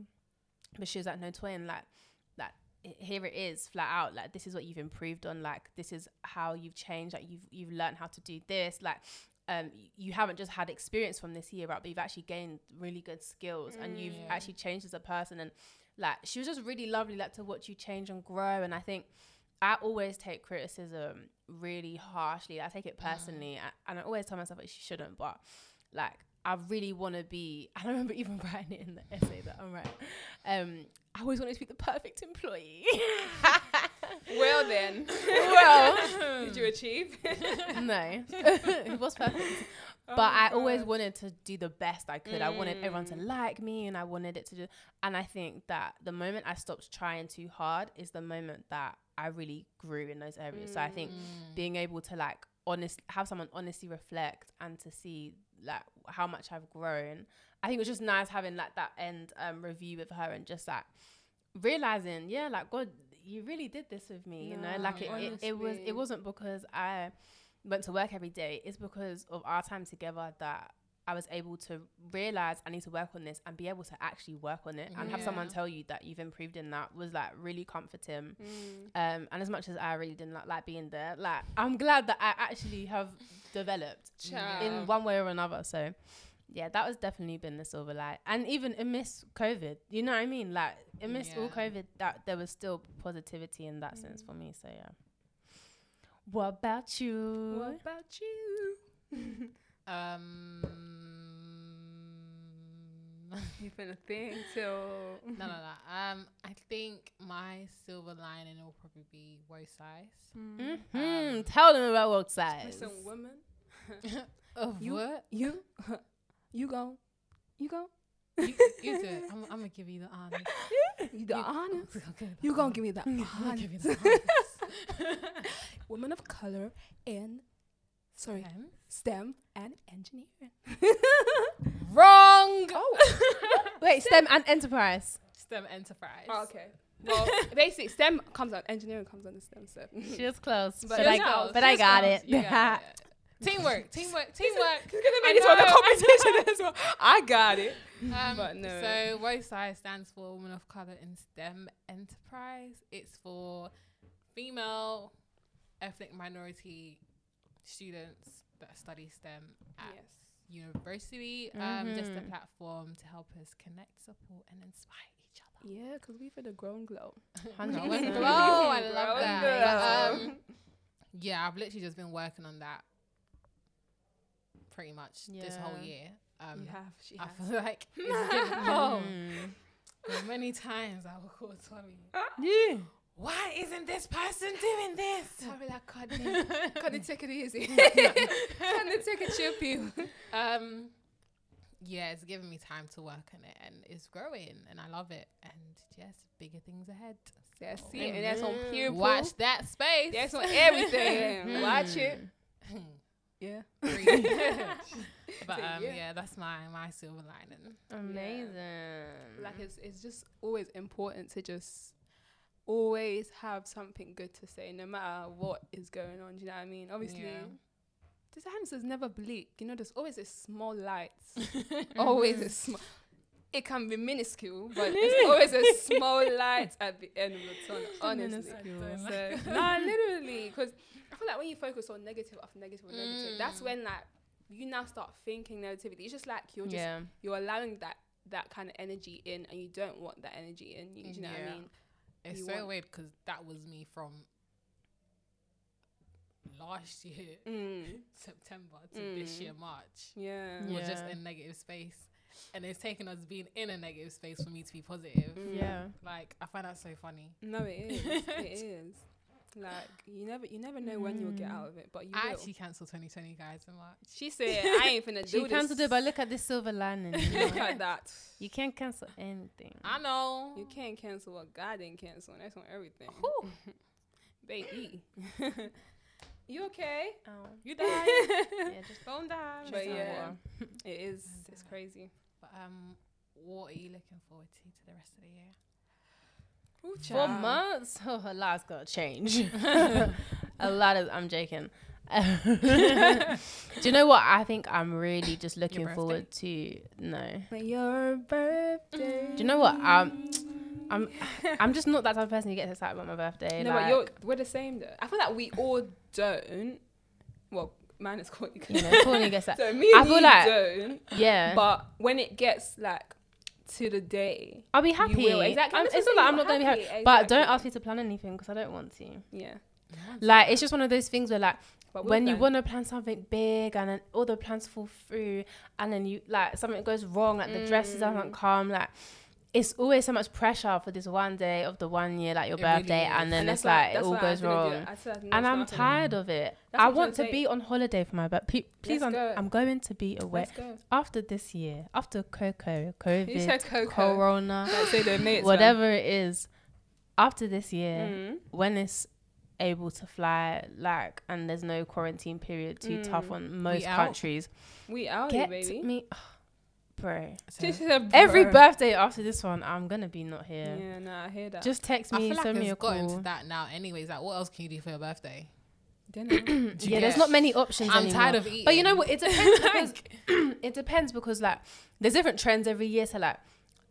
A: but she was like, no, Twin, like that here it is flat out like this is what you've improved on like this is how you've changed like you've you've learned how to do this like um y- you haven't just had experience from this year right but you've actually gained really good skills and you've
C: Mm. Yeah.
A: actually changed as a person and like she was just really lovely like to watch you change and grow and i think i always take criticism really harshly i take it personally a- and i always tell myself that she shouldn't but like i really want to be <laughs> i remember even writing it in the essay that i'm writing um i always wanted to be the perfect employee <laughs>
B: Well then,
C: <laughs>
A: Well.
B: <laughs> did you achieve? <laughs> Oh
A: no <laughs> it was perfect but I always wanted to do the best I could. I wanted everyone to like me and I wanted it to do and I think that the moment I stopped trying too hard is the moment that I really grew in those areas. So I think
C: Mm.
A: being able to like honest have someone honestly reflect and to see like how much I've grown. I think it was just nice having like that end um review with her and just like realizing, yeah, like God, you really did this with me, you know?
B: No,
A: Like it, it, it was
B: honestly.
A: it wasn't because I went to work every day. It's because of our time together that I was able to realize I need to work on this and be able to actually work on it and have
C: Yeah.
A: someone tell you that you've improved in that was like really comforting.
B: Mm.
A: Um, and as much as I really didn't like, like being there, like I'm glad that I actually have developed
B: Child.
A: in one way or another. So yeah, that was definitely been the silver light. And even amidst COVID, you know what I mean? Like amidst all
C: Yeah.
A: COVID, that there was still positivity in that sense for me. So yeah. What about you?
B: What about you?
C: <laughs> Um,
B: You've been a thing <laughs> till
C: no, no, no. Um, I think my silver lining will probably be woe size.
B: Mm.
A: hmm
C: Um,
A: Tell them about world
B: with
A: size.
B: some women.
C: Of
B: You-
C: what?
B: You, <laughs> you go, you go,
C: <laughs> You, you do it. I'm, I'm gonna give you the
B: <laughs>
C: honor.
B: you the honor.
C: <laughs> Okay, the
B: You gonna
C: honor.
B: give me that
C: I'm gonna give <laughs> you the
B: honor. <laughs>
C: honors.
B: Women of color and sorry,
C: Um,
B: STEM and
C: <laughs>
B: engineering.
C: Wrong.
A: Wait, STEM and enterprise.
C: STEM enterprise.
B: <laughs> Oh, okay. Well, basically, STEM comes out, engineering comes under STEM.
C: <laughs>
B: So <laughs>
A: She was close, but,
C: She was
A: I,
C: close.
A: but
C: She
A: I
C: was
A: got
C: close.
A: it.
C: You
A: <laughs>
C: got it.
B: <laughs>
C: Teamwork, teamwork, teamwork.
B: It's gonna
C: I
B: make this one a
C: know, I <laughs>
B: competition as well. I got <laughs> it.
C: Um,
B: But no.
C: So WOSI stands for Women of Color in STEM Enterprise. It's for female ethnic minority students that study STEM at university. Um, just a
A: Mhm.
C: platform to help us connect, support, and inspire each other.
B: Yeah, because we for the grown glow.
C: <laughs> Grow
A: Grow
C: and
A: and
C: glow. I love
B: Grow and
C: that.
B: glow.
C: Um, yeah, I've literally just been working on that pretty much this whole
A: Yeah.
C: year. Um,
B: you have, she
C: I
B: has. <laughs>
C: feel <laughs> like
A: <laughs>
C: it's been <laughs> long.
A: Mm.
C: There are Many times I will call Tommy.
A: Yeah.
C: Why isn't this person
A: <laughs>
C: doing this?
B: Sorry, like, God,
C: <laughs>
B: can they take it easy? can they take it chippy?
C: Um, yeah, it's giving me time to work on it, and it's growing, and I love it. And yes, bigger things ahead.
B: Yeah,
C: So,
B: see, and that's on
A: Mm.
B: people.
C: Watch that space.
B: That's on
C: <laughs>
B: everything.
A: Mm.
B: Watch it. Yeah.
C: Breathe. but
B: <laughs> So,
C: um,
B: yeah.
C: yeah, that's my my silver lining.
A: Amazing.
B: Like it's it's just always important to just always have something good to say, no matter what is going on. Do you know what I mean? Obviously,
C: Yeah.
B: the silence is never bleak. You know, there's always a small
C: <laughs>
B: light. always a small. It can be minuscule, but it's always a small
C: <laughs>
B: light at the end of the tunnel.
A: <laughs>
B: Honestly.
C: Minuscule.
B: So, <laughs> nah, literally, because I feel like when you focus on negative after negative or negative, that's
C: Mm.
B: when like you now start thinking negativity. It's just like you're just
A: yeah.
B: you're allowing that that kind of energy in, and you don't want that energy in. You, do you know what
C: Yeah.
B: I mean?
C: It's
B: You
C: so
B: want-
C: weird because that was me from last year
B: Mm.
C: <laughs> September to this
B: Mm.
C: year March.
B: Yeah.
C: We're just
A: Yeah.
C: in negative space, and it's taken us being in a negative space for me to be positive.
B: Mm.
A: Yeah.
C: Like I find that so funny.
B: No, it
A: <laughs>
B: is. it is. Like you never, you never know when you'll get
A: Mm.
B: out of it, but you
C: I
B: will.
C: actually cancelled 2020 guys in March.
B: she said, "I ain't
A: <laughs>
B: finna do
A: She
B: this."
A: cancelled it, but look at this silver lining. You,
B: <laughs>
A: <laughs>
B: Look
A: know?
B: at that.
A: You can't cancel anything.
C: I know.
B: You can't cancel what God didn't cancel, and that's on everything.
C: Whew.
B: <laughs>
A: <laughs>
B: Baby, you okay?
A: Oh.
B: <laughs>
C: You died.
A: <laughs> yeah, just
B: Don't die.
A: drink
B: But
A: some
B: yeah,
A: water.
B: it is.
C: Don't
B: It's
C: die.
B: crazy.
C: but um, what are you looking forward to to the rest of the year?
A: Four months? <laughs> Oh, a lot's gonna <laughs> change. a lot of I'm joking. <laughs> Do you know what I think I'm really just looking
C: birthday?
A: forward to? <laughs> No.
B: For your birthday.
A: Mm. Do you know what? Um I'm I'm just not that type of person who gets excited about my birthday.
B: No, but
A: like,
B: you're, we're the same though. I feel like we all don't. Well, mine is Courtney.
A: you know, Courtney <laughs> gets that.
B: so me and
A: I feel
B: you
A: like-
B: don't.
A: Yeah.
B: But when it gets like to the day,
A: I'll be
B: you will.
A: happy.
B: Exactly.
A: I'm,
B: I'm
A: it's
B: just saying
A: not like
B: you're
A: I'm not gonna be happy.
B: happy,
A: But don't
B: exactly.
A: ask me to plan anything because I don't want to.
B: yeah.
A: Like it's just one of those things where like
B: But we'll
A: when you
B: plan.
A: want to plan something big and then all the plans fall through and then you like something goes wrong like the dresses
B: Mm.
A: doesn't come like it's always so much pressure for this one day of the one year like your
C: It really
A: birthday
C: is.
A: and then
B: And
A: it's
B: that's why-
A: like it
B: that's
A: all
B: why I
A: goes
B: didn't do
A: wrong
B: it. I said I didn't
A: and
B: start
A: I'm
B: it.
A: tired of it
B: That's
A: I
B: what I'm
A: want to
B: trying to
A: be on holiday for my birthday please
B: Let's
A: I'm,
B: go.
A: I'm going to be away
B: Let's go.
A: after this year after Coco
B: You
A: COVID
B: said Coco.
A: Corona
B: Don't say the names, man.
A: whatever it is after this year
B: Mm.
A: when it's able to fly like and there's no quarantine period too tough
B: Mm.
A: on most
C: out.
A: countries
B: We out here,
A: get
B: baby.
A: me <sighs> bro
B: <laughs>
C: So,
B: She said,
A: every
B: "Bruh."
A: birthday after this one i'm gonna be not here
B: Yeah, no, I hear that.
A: just text
C: I
A: me
C: feel like
A: send me a
C: it's
A: <clears throat>
C: gotten
A: call
C: to that now. Anyways, like what else can you do for your birthday?
A: <laughs>
B: Dinner.
C: Do you
A: yeah there's
C: get-
A: not many options
C: I'm
A: anymore.
C: tired of eating.
A: but you know what it depends because <clears throat> it depends because like there's different trends every year so like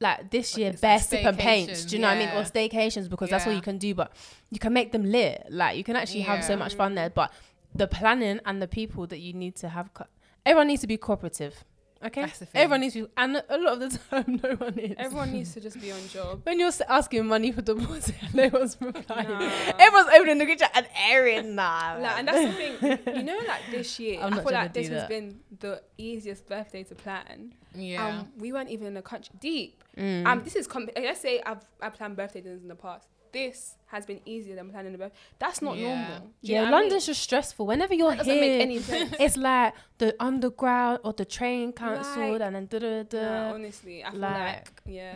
A: like this
C: Like,
A: year
C: it's like
A: bare sip and paints do you know what i mean or staycations because that's what
C: Yeah.
A: you can do but you can make them lit like you can actually have so
C: Yeah.
A: much fun there but the planning and the people that you need to have co- everyone needs to be cooperative Okay,
C: That's the thing.
A: everyone needs to, and a lot of the <laughs> time, no one is.
B: Everyone needs to just be on job.
A: when you're s- asking money for divorce, <laughs> no one's replying.
B: Nah.
A: Everyone's opening the kitchen and airing nah.
B: Like, and that's the thing, you know, like this year,
A: I'm
B: I
A: not
B: feel
A: gonna
B: like this
A: do
B: has
A: that.
B: been the easiest birthday to plan.
C: Yeah.
B: Um, we weren't even in the country deep.
A: <laughs> Mm.
B: Um, this is com- let's say I've I planned birthday dinners in the past. This has been easier than planning a birthday. That's not
C: Yeah.
B: normal. Do you
A: yeah,
B: know what I mean?
A: London's just stressful. Whenever you're
B: That doesn't
A: here,
B: make
A: <laughs>
B: any sense.
A: it's like the underground or the train cancelled
B: Like-
A: and then da da
B: Nah,
A: da.
B: honestly, I feel like,
A: like-
B: yeah,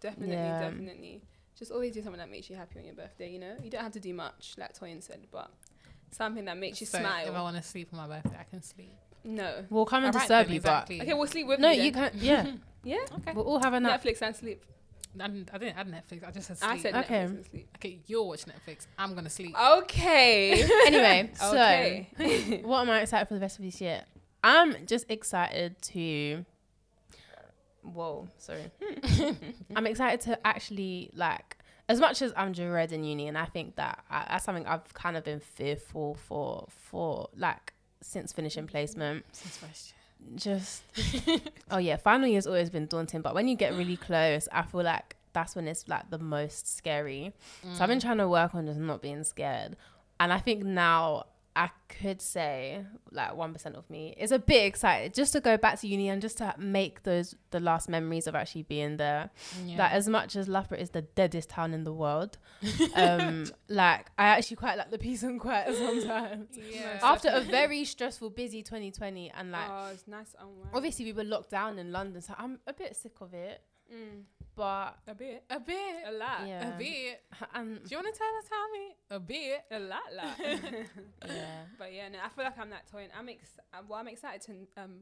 B: definitely,
A: Yeah.
B: definitely. Just always do something that makes you happy on your birthday. You know, you don't have to do much, like Toyin said, but something that makes you
C: So, If I
B: smile.
C: want to sleep on my birthday, I can sleep.
B: No.
A: We'll come and
C: Alright
A: disturb
C: then,
A: you,
C: exactly.
B: Okay, we'll sleep with
A: but no,
B: you.
A: you can't. Yeah,
B: <laughs> Yeah.
C: Okay.
A: we'll all have a nap.
B: Netflix and sleep.
C: I didn't, I didn't add Netflix. I just said sleep.
B: I said
A: Okay.
B: Netflix and sleep.
C: okay, you're watching Netflix. I'm gonna sleep.
B: <laughs>
A: Uh, <laughs>
B: Okay.
A: anyway,
B: okay.
A: so what am I excited for the rest of this year? I'm just excited to. Whoa,
B: <laughs>
A: sorry. I'm excited to actually like as much as I'm dreading uni, and I think that I, that's something I've kind of been fearful for for like since finishing placement.
C: Since
A: <laughs>
C: first year.
A: Just oh yeah, final year's always been daunting, but when you get really close, I feel like that's when it's like the most scary. So I've been trying to work on just not being scared. And I think now I could say like one percent of me is a bit excited just to go back to uni and just to make those the last memories of actually being there.
C: Yeah.
A: Like as much as Loughborough is the deadest town in the world, um, like I actually quite like the peace and quiet <laughs> sometimes.
C: <laughs> <laughs> yeah.
A: <laughs> After a very stressful, busy 2020, and like
B: oh, it's nice and warm.
A: obviously we were locked down in London, so I'm a bit sick of it.
B: Mm,
A: But
B: a bit.
C: a bit,
B: A lot.
A: yeah,
C: a bit.
A: and
C: Do you want to tell us how many? A bit.
B: A lot,
A: <laughs>
B: <laughs> lot.
A: yeah.
B: But yeah, no, I feel like I'm that toying. I'm ex- um, well, I'm excited to um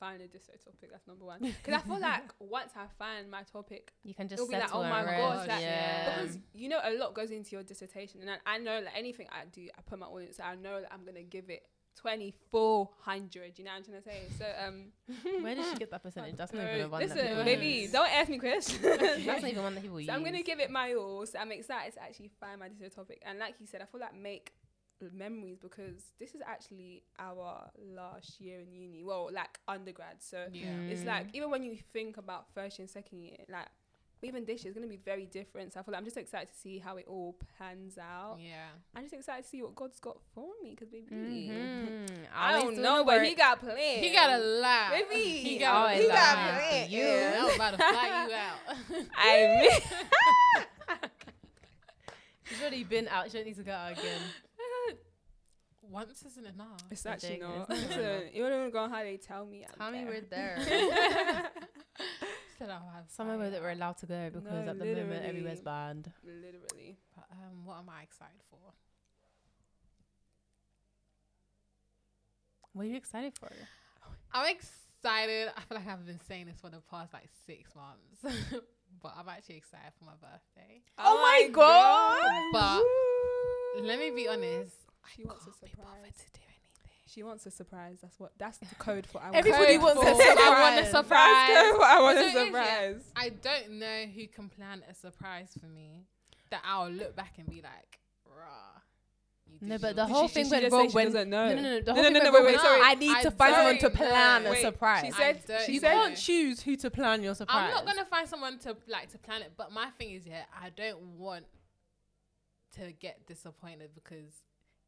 B: find a disso topic. That's number one. Because I feel
A: <laughs>
B: like once I find my topic,
A: You can just
B: It'll be like,
A: settle
B: "Oh
A: and
B: my
A: rest."
B: gosh, like,
A: yeah. <laughs>
B: because you know a lot goes into your dissertation, and I, I know like anything I do, I put my all in. So I know that I'm gonna give it twenty four hundred. You know what I'm trying to say? So um,
A: Where did she get that percentage? That's not
B: <laughs>
A: even
B: so
A: a one. that
B: listen,
A: people
B: baby,
A: use.
B: don't ask me
A: <laughs>
B: questions. <laughs>
A: That's not even one that people use.
B: So I'm gonna give it my all. So I'm excited to actually find my digital topic. And like you said, I feel like make memories because this is actually our last year in uni. Well, like undergrad. So
C: Yeah.
A: Mm.
B: it's like even when you think about first year and second year, like even this year is gonna be very different. So I feel like I'm just excited to see how it all pans
A: Oh.
B: out.
C: Yeah.
B: I'm just excited to see what God's got for me because baby,
A: Mhm.
B: I
A: Always
B: don't
A: doing
B: know,
A: the
B: but
A: work.
B: he got plans.
C: He got a lot.
B: Baby,
C: He
A: got
C: got,
A: always
C: he
A: a
C: got
A: lot
B: for
C: plans.
B: you.
C: I was about to fly <laughs> you out.
B: I miss. <laughs>
A: She's already been out. She don't need to go
B: <laughs>
A: out again.
C: Once isn't <laughs> enough.
B: It's
A: I'm
B: actually
A: joking,
B: not. <laughs>
A: it's not normal.
B: Listen, you don't even go on holiday. Tell me. I'm
A: Tommy,
B: there. <laughs>
A: we're there.
C: Said I'll have
A: Somewhere
C: fire.
A: where that we're allowed to go because
B: No,
A: at the moment
B: literally.
A: everywhere's banned.
B: Literally.
C: But, um, what am I excited for?
A: What are you excited for?
C: I'm excited. I feel like I've been saying this for the past like six months, <laughs> but I'm actually excited for my birthday.
A: Oh my God.
C: But let me be honest.
B: She
C: I
B: wants a
C: can't be bothered
B: surprise.
C: to do anything.
B: She wants a surprise. That's what. That's the code for I
A: Everybody
C: Code
B: want
A: wants a
C: for I want
B: That's
A: surprise.
C: a surprise.
B: code for I want
C: But
B: a
C: the thing is, yeah,
B: surprise.
C: I don't know who can plan a surprise for me that I'll look back and be like, rah. you
A: No,
C: did
A: but
C: your-
A: the
C: did <laughs>
A: whole
C: you-
A: thing
B: she
A: went
B: just said
A: wrong
B: she
A: when
B: doesn't know.
A: no no no the
B: No, no,
A: whole thing
B: no,
A: went
B: no,
A: wrong
B: wait,
A: when-
B: sorry.
A: I need
C: I
A: to find someone to
C: don't
A: plan
C: know.
A: a
B: Wait,
A: surprise.
B: She said.
C: don't
B: She
A: you
C: know.
B: said.
A: can't choose who to plan your surprise.
C: I'm not gonna find someone to like to plan it, but my thing is, yeah, I don't want to get disappointed because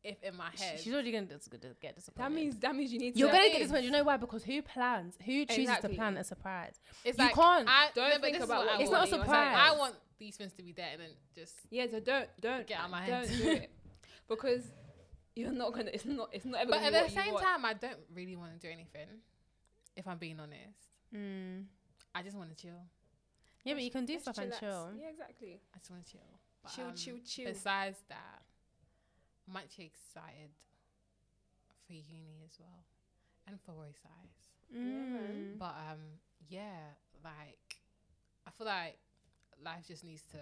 C: if in my head,
A: She's already gonna dis- get disappointed.
B: that means. That means you need
A: You're
B: to.
A: gonna
C: Yeah.
A: get disappointed. You know why? Because who plans? Who chooses to
B: Exactly.
A: plan a surprise?
C: it's
A: you
C: like
A: can't.
C: I
B: Don't
C: no, but
B: think
C: this is
B: about
C: what I
B: what
A: It's
C: want.
A: not a
B: you want.
A: surprise.
C: I want these things to be there and then just
B: Yeah. So don't. Don't
C: Get out my head.
B: Don't do it because you're not gonna. It's not. It's not ever.
C: But
B: gonna
C: at
B: be
C: the
B: what you
C: same
B: want.
C: time, I don't really want to do anything. If I'm being honest,
A: Mm.
C: I just want to chill.
A: Yeah, but you can do
B: Let's
A: stuff and
B: chillax.
A: chill.
B: Yeah. Exactly.
C: I just want to chill. But,
B: Chill.
C: um,
B: Chill. Chill.
C: Besides that, I'm actually excited for uni as well, and for Roy size.
A: Mm.
B: man.
C: But um, yeah, like I feel like life just needs to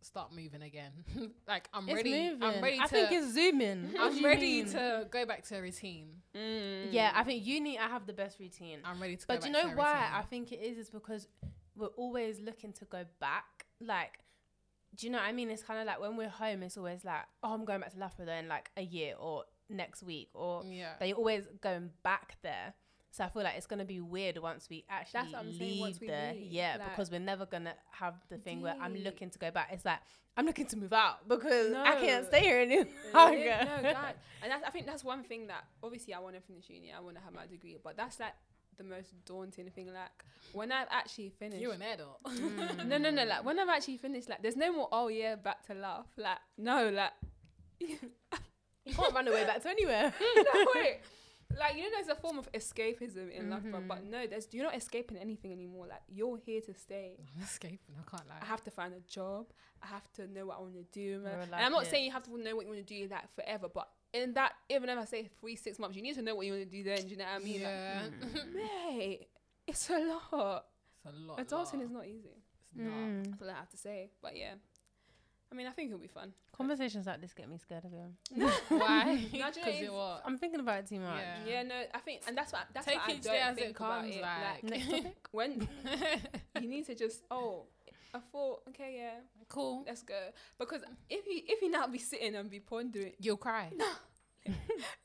C: start moving again. <laughs> like I'm
A: It's
C: ready.
A: moving.
C: I'm ready
A: I
C: to.
A: think it's zooming.
C: <laughs>
A: What do
C: I'm
A: you
C: ready
A: mean?
C: to go back to a routine.
B: Mm.
A: Yeah, I think uni. I have the best routine.
C: I'm ready to. go
A: But do you
C: back
A: know
C: to a
A: why I
C: routine.
A: think it is? Is because we're always looking to go back. Like, do you know what I mean? It's kind of like when we're home, it's always like, oh, I'm going back to Loughborough in like a year or next week, or
C: yeah.
A: they're always going back there. So I feel like it's gonna be weird once we actually
B: what I'm
A: leave
B: saying, once we
A: there.
B: leave,
A: yeah,
B: like-
A: because we're never gonna have the thing where I'm
B: Deep.
A: looking to go back. It's like I'm looking to move out because I can't
B: No.
A: stay here anymore.
B: It is- no,
A: <laughs>
B: guys. And that's, I think that's one thing that obviously I want to finish uni. I want to have my degree, but that's like the most daunting thing. Like when I've actually finished,
C: You're an adult.
B: <laughs>
C: <laughs>
B: no, no, no. Like when I've actually finished, like there's no more. Oh yeah, back to love. Like no, like
A: <laughs> you can't run away back to anywhere.
B: <laughs>
A: <laughs>
B: no, wait. Like you know, there's a form of escapism in love,
A: Mm-hmm.
B: bro. But no, there's you're not escaping anything anymore. Like you're here to stay.
C: I'm escaping. I can't
B: I
C: lie.
B: have to find a job. I have to know what I want to do. man.
A: Real
B: And
A: life
B: I'm not
A: bit.
B: saying you have to know what you want to do like forever, but in that, even if I say three, six months, you need to know what you want to do then. Do you know what
A: um,
B: I mean?
C: yeah,
B: <laughs> Like, mate, it's a lot.
C: it's a lot.
B: Adulting
C: lot.
B: is not easy.
C: It's not.
A: Mm.
B: That's all I have to say. But yeah, I mean, I think it'll be fun.
A: Conversations like this get me scared of you.
C: <laughs>
B: <laughs>
A: <laughs>
C: Why?
B: No,
C: <laughs>
B: do you know
C: Because
B: it's-
C: it what?
A: I'm thinking about it too much.
C: Yeah.
B: Yeah, no, I think, and that's what that's
C: Take
B: what I
C: each
B: don't
C: day as
B: think
C: it
B: about
C: comes,
B: it.
C: like-
B: <laughs>
A: Next topic.
C: <laughs>
B: when you need to just oh, I thought okay, yeah,
C: cool.
B: let's go because if you if you now be sitting and be pondering,
C: You'll cry.
A: <laughs>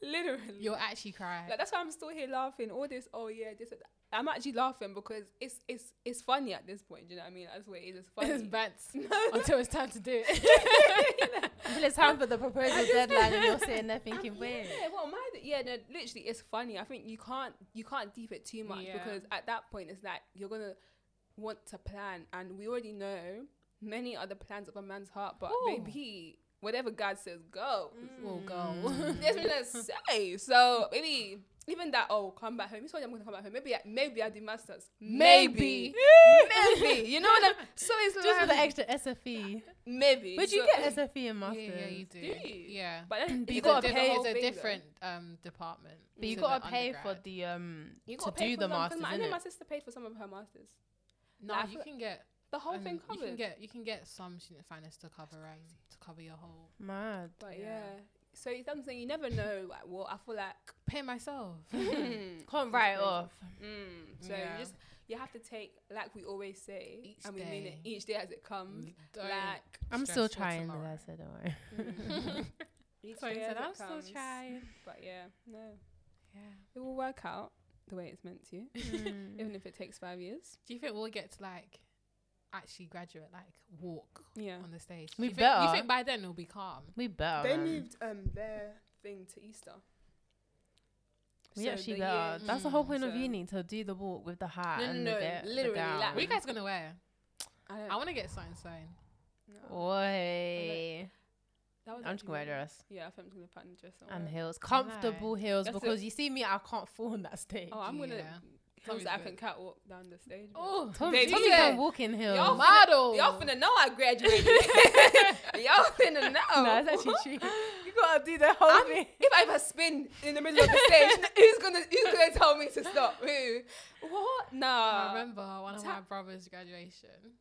B: literally,
C: You'll actually cry.
B: Like that's why I'm still here laughing. All this, oh yeah, this. and that. I'm actually laughing because it's it's it's funny at this point. Do you know what I mean? That's what it is. It's funny.
C: It's
B: <laughs>
C: bats
A: <laughs>
C: until it's time to do it.
A: Until it's time for
B: <laughs>
A: the proposal deadline and you're sitting there thinking,
B: Um,
A: wait.
B: yeah, what am I? th- yeah, no, literally, it's funny. I think you can't you can't deep it too much
C: Yeah.
B: because at that point it's like you're gonna want to plan, and we already know many other plans of a man's heart, but
C: Ooh.
B: baby, whatever God says, go. Mm.
C: We'll go.
A: <laughs>
B: <laughs> There's nothing to say. So maybe even that oh come back home. You told me I'm gonna come back home. Maybe I, maybe I do masters.
C: Maybe.
B: <laughs> maybe. You know what I'm. So it's
A: Just for
B: like
A: the
B: <laughs>
A: extra SFE.
B: maybe.
A: But you
B: So-
A: get SFE in
C: yeah,
A: masters.
C: yeah, you do.
B: Do you?
C: Yeah.
B: But
A: <clears throat>
B: then
A: But
B: it's a
A: you gotta
B: different
A: pay-
B: whole
C: it's a
B: thing though.
C: different um, department.
A: But you
C: to
A: gotta
C: the
A: pay for
C: undergrad.
A: the um
B: You
A: to
B: gotta pay
A: do
B: for
A: the
B: some- 'cause
A: masters.
B: my- I know
A: innit?
B: my sister paid for some of her masters.
C: No,
B: Nah, I
C: you
B: feel-
C: can get
B: The whole thing
C: um, You can
B: covered.
C: get you can get some student finance to cover um, to cover your whole.
A: Mad.
B: but
C: yeah.
B: yeah. So it's something you never know. Like, well, I feel like.
C: Pay myself.
B: <laughs>
C: <laughs>
B: mm,
A: <laughs> Can't write it
B: crazy.
A: off.
B: Mm. so
C: Yeah.
B: you just you have to take like we always say,
C: Each
B: and we mean it
C: day.
B: each day as it comes.
C: Don't
A: <laughs>
B: Like
A: I'm still
C: stress for
A: trying
C: tomorrow.
A: though, so don't worry.
B: mm, <laughs> each
C: So he
B: day as
C: said,
B: it
C: I'm still
B: comes."
C: trying.
B: But yeah, no,
C: <laughs> Yeah.
B: it will work out the way it's meant to,
C: Hmm.
A: Mm.
B: even if it takes five years.
C: Do you think we'll get to like actually graduate, like walk
B: Yeah.
C: on the stage?
A: We
C: you think, You
A: better.
C: think by then it'll be calm?
A: <laughs> we better.
B: They
A: man.
B: moved um their thing to Easter.
A: We
B: So
A: actually
B: the
A: better.
B: year-
A: That's the whole point of
B: so-
A: uni to do the walk with the hat
B: No, no,
A: and
B: no,
A: the, get,
B: literally,
A: the gown.
B: like-
C: What are you guys gonna wear?
B: I don't
C: I want to get something sewn.
B: know.
A: Oi.
B: That was
A: I'm just
B: actually
A: gonna wear a
B: really-
A: dress
B: Yeah, I think I'm just gonna pattern dress. and
A: and
B: wear it.
A: heels, comfortable heels,
B: That's it.
A: because you see me, I can't fall on that stage.
B: Oh, I'm
C: Yeah.
B: gonna. Heels
C: Tommy's
B: that I
C: good.
B: can catwalk down the stage. bro.
C: Oh,
A: <laughs> Tommy,
B: Baby,
A: Tommy
B: yeah.
A: can walk in heels.
B: Y'all
C: model.
B: Y'all finna know I graduated. <laughs> Y'all finna know.
A: <laughs> No, it's actually true. You gotta do the whole
B: I'm-
A: thing.
B: <laughs> If I ever spin in the middle of the stage, who's gonna who's gonna tell me to stop? Who? What?
A: Uh,
C: I
B: Nah.
C: remember one of
B: ta-
C: my brother's graduation.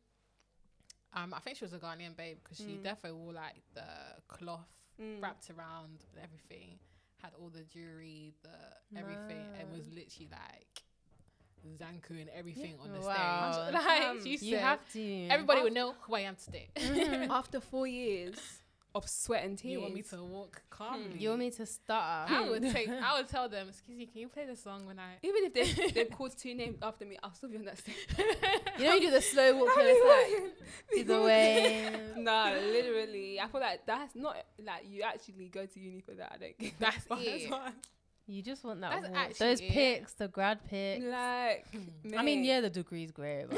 C: Um, I think she was a Ghanaian babe because
A: Mm.
C: she definitely wore like the cloth
B: Mm. <laughs>
C: <laughs> wrapped around and everything, had all the jewelry, the everything, and was literally like Zanku and everything on the
A: Wow.
C: stage. <laughs> Like
B: Um,
C: she
A: You
C: said,
A: have to. Mm-hmm.
C: everybody would know who I
A: <laughs>
C: am today.
B: After four years of sweat and tears,
C: <laughs> you want me to walk calmly?
A: Hmm. You want me to start?
C: I would take. I would tell them, "Excuse me, can you play the song when
A: <laughs>
C: I?" <laughs>
B: Even if they they called two names after me, I'll still be on that stage.
A: You know, you do the slow walk to the side. Either way.
B: nah, literally. I feel like that's not like you actually go to uni for that. I don't get
C: That's
B: But
C: it.
B: what
C: <laughs>
B: I'm-
A: You just want that.
C: That's
A: walk.
C: actually
A: Those
C: it.
A: pics, the grad pics.
B: Like,
A: hmm. I mean,
B: mate.
A: yeah, the degree's great. But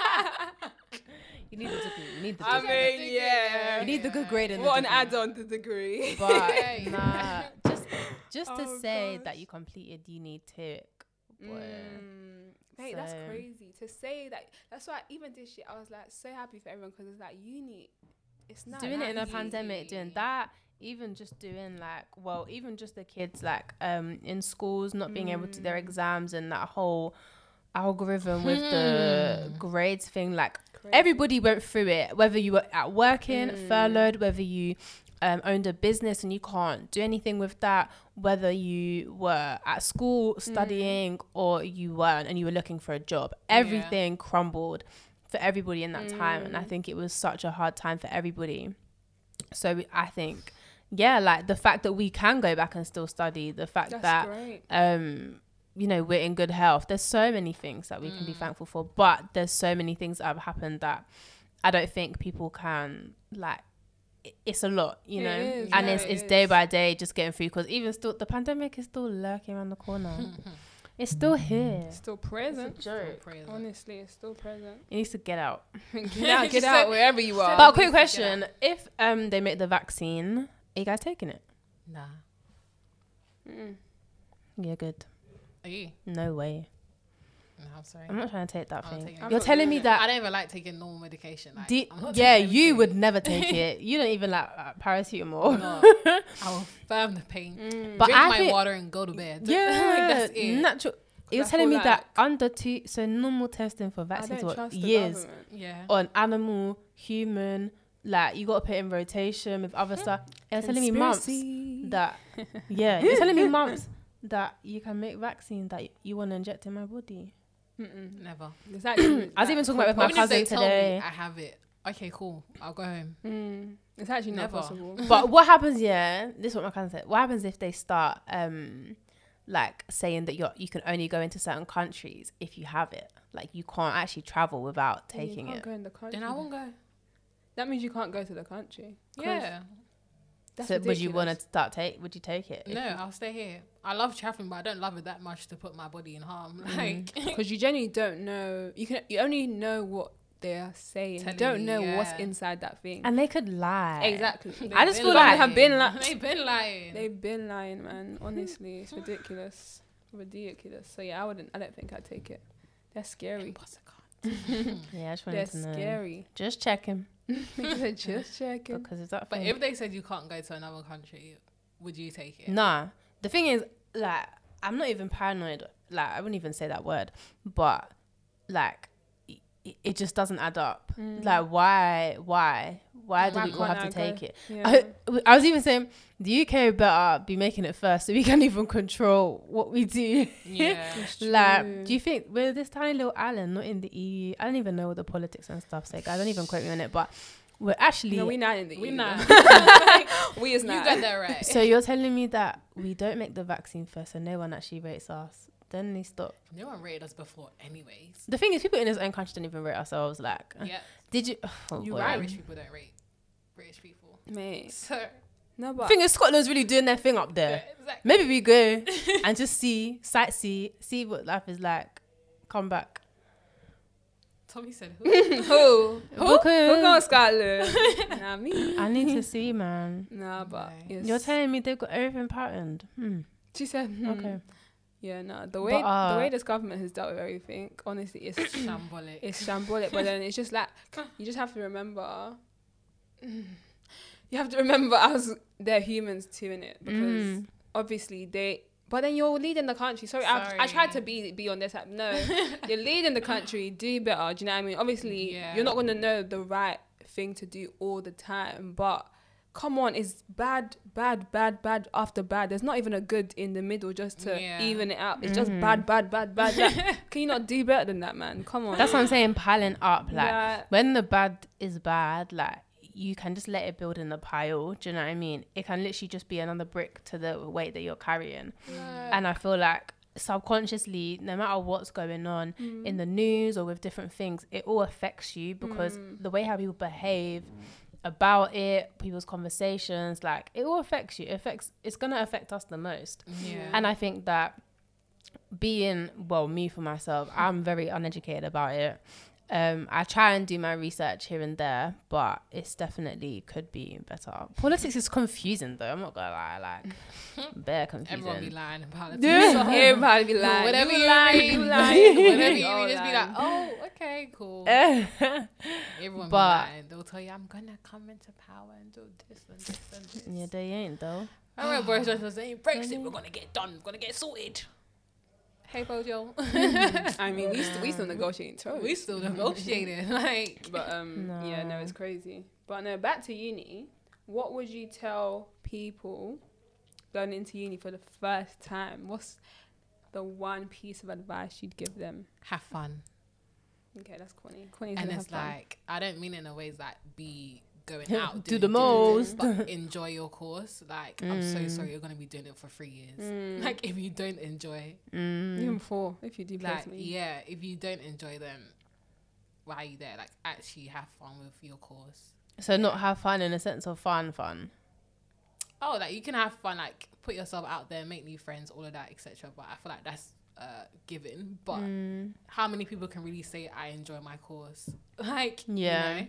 A: <laughs> you need the degree. You need the
B: I
A: degree.
B: mean, yeah.
A: you need the good grade in
B: What
A: the
B: an
A: degree.
B: add-on to degree.
A: But
C: Yeah.
A: nah, just just
B: Oh,
A: to say that
B: gosh.
A: you completed uni tick. Boy.
B: Mm. Mate, that's
A: So-
B: crazy to say that. That's why even this year I was like so happy for everyone because it's like uni. It's not
A: doing it in a
B: easy.
A: pandemic, doing that, even just doing like, well, even just the kids like um in schools not being able to do their exams and that whole algorithm with the grades thing, like
B: Crazy.
A: everybody went through it, whether you were at working, furloughed, whether you um, owned a business and you can't do anything with that, whether you were at school studying or you weren't and you were looking for a job, everything crumbled for everybody in that time. And I think it was such a hard time for everybody. So we- I think, yeah, like the fact that we can go back and still study, the fact
B: That's
A: that
B: great.
A: um you know we're in good health there's so many things that we can be
C: Mm.
A: thankful for but there's so many things that have happened that i don't think people can like i- it's a lot you
B: It
A: know
B: is,
A: and
C: no,
A: it's,
B: it
A: it's day
B: is.
A: by day just getting through because even still the pandemic is still lurking around the corner
C: Hmm.
A: it's still here
B: It's still present.
A: it's a joke Oh,
B: Honestly, it's still present.
A: it needs to get out
C: <laughs>
B: get out, get
C: Just
B: out
C: so-
B: wherever you
C: so-
B: are.
A: but
C: Oh, needs
A: quick
C: to get
A: question if um they make the vaccine are you guys taking it
C: Nah.
B: Mm.
A: yeah good
C: Are you?
A: no way
C: No, I'm sorry.
A: i'm not trying to take that
C: I'll
A: thing
C: take it. I'm
A: you're
B: not
A: telling
B: doing
A: me
B: it.
A: that
C: I don't even like taking normal medication. Like,
A: Do,
C: I'm not
A: yeah,
C: taking
A: you
C: anything.
A: would never
C: <laughs>
A: take it. You don't even like uh, paracetamol. <laughs>
C: No. I will firm the pain.
B: Mm.
A: But
C: Drink
A: I
C: my
A: think-
C: water and go to bed. <laughs>
A: yeah,
C: like, that's it.
A: natural. You're
B: I
A: telling me
B: feel
A: that under two, so normal testing for
B: I
A: vaccines
B: don't
A: what
B: trust the
A: years
B: government.
C: Yeah.
A: on animal, human, like you got to put in rotation with other
C: <laughs>
A: stuff. You're telling me months
B: Conspiracy.
A: that yeah, you're telling
C: <laughs>
A: me months that you can make vaccine that you want to inject in my body.
B: Mm-mm.
C: Never.
B: Is that even-
A: <clears throat> I was
B: that
A: even talking about with my
B: compos-
C: Even if they
A: cousin
C: tell me
A: today.
C: I have it. Okay, cool. I'll go home.
B: Mm. It's actually not
C: Never.
B: possible.
A: But what happens? Yeah, this is what my cousin said. What happens if they start um, like saying that you you can only go into certain countries if you have it? Like you can't actually travel without
B: Then
A: taking
B: you can't
A: it.
B: Go in the country.
C: Then I won't go.
B: That means you can't go to the country. 'Cause
C: Yeah.
B: That's
A: so would you want
B: ridiculous.
A: to start take? Would you take it? if
C: No,
A: you-
C: I'll stay here. I love traveling, but I don't love it that much to put my body in harm. <laughs> Like,
B: <laughs> because you generally don't know you can you only know what they are saying you
C: Telling
B: don't
C: you,
B: know what's
C: yeah.
B: inside that thing
A: and they could lie.
C: <laughs>
B: exactly
A: I just feel
B: like-
C: they
B: have been li-
C: <laughs> They've been lying.
B: they've been lying man honestly
C: <laughs>
B: it's ridiculous ridiculous so yeah i wouldn't i don't think i'd take it they're scary
A: Yeah, I just
B: they're
A: wanted to know. <laughs>
B: scary <laughs>
A: Just checking
B: They're just checking
A: because is that
C: But
B: Mm.
A: thing-
C: if they said you can't go to another country, would you take it?
A: Nah. The thing is, like, I'm not even paranoid. Like, I wouldn't even say that word. But, like, i- i- it just doesn't add up.
B: Mm.
A: Like, why, why, why do
B: Why
A: we all
B: can't
A: have to
B: I go?
A: take it?
B: yeah.
A: I, I was even saying the UK better be making it first so we can even control what we do.
B: <laughs>
C: Yeah.
B: It's true.
A: Like, do you think we're this tiny little island, not in the EU? I don't even know what the politics and stuff say. guys. Don't even quote me on it, but we're actually.
B: no, we not <laughs> in the
C: we
B: EU,
C: not.
B: man. we is
C: you
B: not
C: got that right.
B: <laughs>
A: so you're telling me that we don't make the vaccine first, and no one actually rates us. Then they stop.
C: no one rated us before, anyways.
A: The thing is, people in this own country don't even rate ourselves. Like,
C: Yeah.
A: did you? <sighs> Oh,
B: You
A: boy.
B: right.
C: Irish people don't rate British people.
B: mate
C: So
B: no
A: The
B: but
A: thing is, Scotland's really doing their thing up
C: <laughs>
A: there.
C: exactly.
A: Maybe
B: <laughs>
A: we go and just see, sightsee, see what life is like. Come back.
C: Tommy said
B: <laughs>
C: who?
A: <laughs>
B: who
A: Because
B: who going Scotland
A: <laughs>
B: nah me
A: I need to see, <laughs> man.
B: nah but
C: No.
B: yes.
A: You're telling me they've got everything patterned. Hmm.
B: she said hmm.
A: Okay.
B: Yeah, no. The way
A: uh,
B: the way this government has dealt with everything, honestly, it's
A: <clears throat>
C: Shambolic.
B: it's shambolic. But then it's just
C: <laughs>
B: like you just have to remember. You have to remember us. They're humans too, in it because
A: Mm.
B: obviously they. But then you're leading the country. Sorry, I, I tried to be be on this app.
C: <laughs>
B: No, you're leading the country. Do better. Do you know what I mean? Obviously,
C: Yeah.
B: you're not gonna know the right thing to do all the time. But come on, it's bad, bad, bad, bad after bad. There's not even a good in the middle just to
C: Yeah.
B: even it out. It's just
A: Mhm.
B: bad, bad, bad, bad.
C: <laughs>
B: Like, can you not do better than that, man? Come on.
A: That's what I'm saying. Piling up, like
B: Yeah.
A: when the bad is bad, like you can just let it build in the pile. Do you know what I mean? It can literally just be another brick to the weight that you're carrying. And I feel like subconsciously, no matter what's going on
B: Mm.
A: in the news or with different things, it all affects you because
B: Mm.
A: the way how people behave about it, people's conversations, like it all affects you. It affects. It's gonna affect us the most.
C: yeah.
A: And I think that being, well, me for myself, I'm very uneducated about it. Um, I try and do my research here and there, but it's definitely could be better. Politics is confusing though, I'm not gonna lie,
C: <laughs>
A: like bare
C: Everyone be
A: confusing.
C: lying about it.
A: Yeah.
B: So
C: <laughs>
B: everybody be lying.
C: whatever
B: you
C: you
B: lying,
C: read, <laughs>
B: you lying, <laughs>
C: Whatever
B: We
C: you
B: all
C: read, just be like,
B: lying. Eh,
C: oh, okay, cool. Everyone
A: But-
C: be lying. They'll tell you, I'm gonna come into power and do this and this and this.
A: <laughs> yeah, they ain't
C: <laughs>
A: though.
C: I remember Boris Johnson saying, Brexit, we're gonna get done, we're gonna get sorted. Hey <laughs> Bojo,
B: I mean, we still oh. we still negotiating terms.
C: we <laughs> still negotiating. Like,
B: But um, yeah, no,
A: No.
B: it's crazy. But no, back to uni. What would you tell people going into uni for the first time? What's the one piece of advice you'd give them?
C: have fun.
B: Okay, that's corny. Corny
C: and it's like I don't mean in a way like be going out,
A: Do
C: doing
A: the
C: diligence,
A: most.
C: but enjoy your course. Like, I'm so
A: Mm.
C: sorry, you're gonna be doing it for three years.
B: Mm.
C: Like, if you don't enjoy,
B: even
A: Mm.
B: four, if you do
C: like,
B: placement.
C: yeah, if you don't enjoy, then why are you there? Like, actually have fun with your course.
A: So not have fun in a sense of fun, fun.
C: Oh, like you can have fun, like put yourself out there, make new friends, all of that, etc. But I feel like that's uh given. But
A: Mm.
C: how many people can really say I enjoy my course? <laughs> Like,
A: Yeah.
C: you know,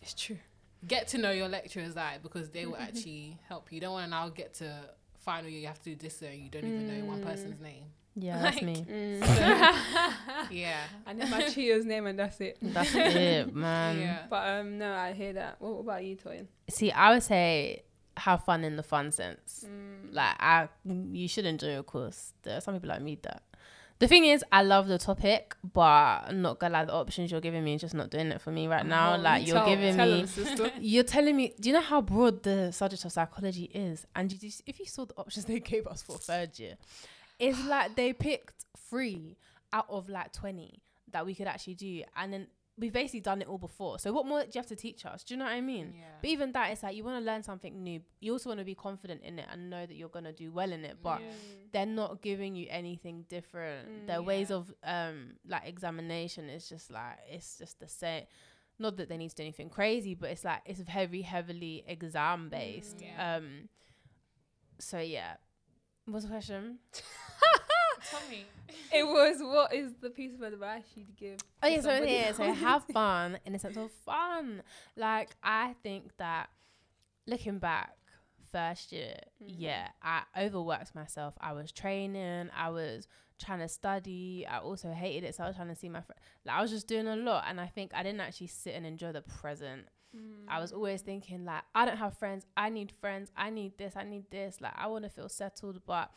B: It's true.
C: get to know your lecturers, like because they
A: <laughs>
C: will actually help you. You Don't want to now get to final year, you have to do this, and you don't even know one
B: Mm.
C: person's
A: <laughs>
C: name.
A: Yeah, that's
C: Like- <laughs>
A: me.
C: Yeah,
B: I know my cheer's name and that's it.
A: That's it, man.
C: yeah.
B: But um, no, I hear that. What about you, Toyin?
A: See, I would say have fun in the fun sense.
B: Mm.
A: Like, I you should enjoy your course. There are some people like me that. The thing is, I love the topic, but I'm not gonna lie, the options you're giving me is just not doing it for me right now.
C: Oh,
A: like, you're
B: Tell-
A: giving
B: tell
A: me.
B: them,
A: <laughs>
B: sister.
A: You're telling me, do you know how broad the subject of psychology is? And you just, if you saw the options <laughs> they gave us for third year, it's like they picked three out of like 20 that we could actually do. And then we've basically done it all before. So, what more do you have to teach us? Do you know what I mean? But even that, it's like you want to learn something new. You also want to be confident in it and know that you're going to do well in it. But
C: Yeah.
A: they're not giving you anything different.
B: Mm,
A: Their ways
C: yeah.
A: of um like examination is just like it's just the same. Not that they need to do anything crazy, but it's like it's very heavily exam based.
C: Mm, yeah.
A: Um so yeah. What's the question?
C: Tell me.
B: <laughs> it was what is the piece of advice you'd give?
A: Oh
B: to
A: yeah, so
B: somebody <laughs>
A: yeah, so
B: else?
A: have fun in a sense of fun. Like I think that looking back first year,
B: Mhm.
A: yeah, I overworked myself. I was training, I was trying to study, I also hated it, so I was trying to see my friend. Like I was just doing a lot and I think I didn't actually sit and enjoy the present.
B: Hmm.
A: I was always thinking like I don't have friends, I need friends, I need this, I need this. Like I want to feel settled, but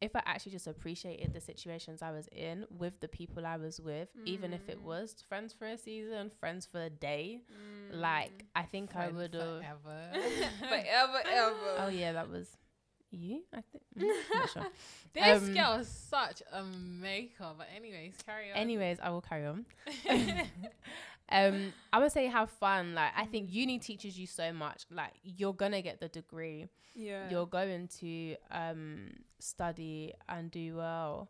A: if I actually just appreciated the situations I was in with the people I was with, even if it
B: Mm.
A: was friends for a season, friends for a day,
B: <laughs>
A: like I think I
C: Friend
A: would have.
C: forever.
A: <laughs>
B: forever, ever.
A: Oh yeah, that was you. I think. Mm, not sure.
C: This
A: Um,
C: girl is such a maker. But anyways, carry on.
A: Anyways, I will carry on. <laughs> um, I would say have fun. Like I think uni teaches you so much. Like you're gonna get the degree.
B: yeah.
A: you're going to um study and do well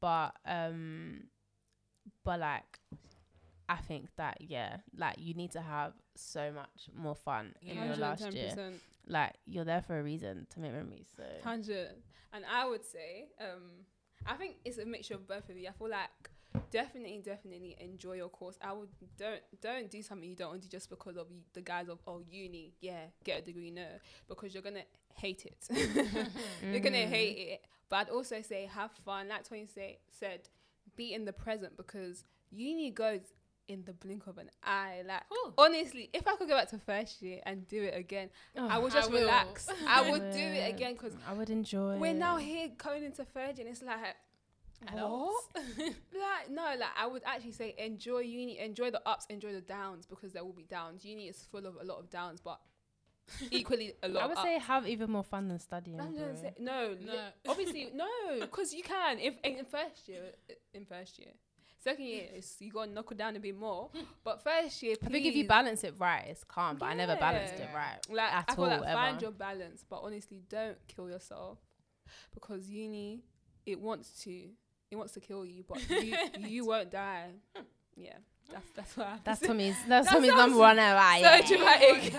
A: but um but like i think that yeah like you need to have so much more fun in
C: Yeah.
A: your last
B: 110%.
A: year like you're there for a reason to make memories so
B: Tangent. And I would say, um, I think it's a mixture of both of you. I feel like definitely, definitely enjoy your course. I would don't don't do something you don't want to do just because of the guise of oh uni, yeah, get a degree, no, because you're gonna hate it. <laughs> you're gonna
A: Mm.
B: hate it. But I'd also say have fun. Like Tony say, said, be in the present because uni goes in the blink of an eye. Like
C: Cool.
B: honestly, if I could go back to first year and do it again,
A: <sighs>
B: I would
C: I
B: just
A: <laughs>
C: will.
B: relax. I
A: I
B: would do it
A: would.
B: again because
A: Oh, i would enjoy
B: we're now
A: it.
B: here going into third year and it's like
C: Adults. <laughs>
B: like no like i would actually say enjoy uni enjoy the ups enjoy the downs because there will be downs uni is full of a lot of downs
A: <laughs>
B: but equally a lot
A: i
B: of
A: would
B: ups.
A: say have even more fun than studying
B: I'm
A: bro.
B: gonna say- no, li-
C: No.
B: obviously no because you can if in in first year in first year second year is you gotta knuckle down a bit
A: <gasps>
B: more but first year
A: i think if you
B: please,
A: balance it right it's calm but i never balanced it
B: Yeah.
A: right
B: <laughs> like
A: at
B: I feel like
A: all,
B: find
A: ever.
B: your balance, but honestly, don't kill yourself because uni it wants to it wants to kill you, but
A: <laughs>
B: you, you won't die. Yeah, that's that's what I have
A: that's
B: to say.
A: tommy's that's
B: That
A: tommy's
B: sounds
A: number one ever
B: <laughs> so
A: yeah.
B: dramatic.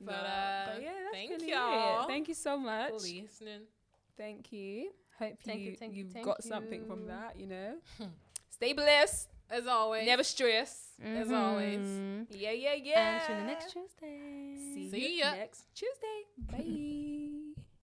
C: But,
B: No, <laughs>
C: uh,
B: but yeah, that's
C: thank
B: really it.
C: y'all
B: Thank you so much.
C: for listening.
B: Thank you. Hope
A: Thank you,
B: you,
A: thank you,
B: you've
A: thank
B: got something
A: you.
B: from that. You
A: <laughs>
B: know, stay blessed.
C: As always.
B: Never stress.
C: As always.
A: Mhm.
B: Yeah, yeah, yeah.
A: And till the next Tuesday.
B: See,
C: See
B: you
C: ya.
B: next Tuesday. Bye.
A: <laughs>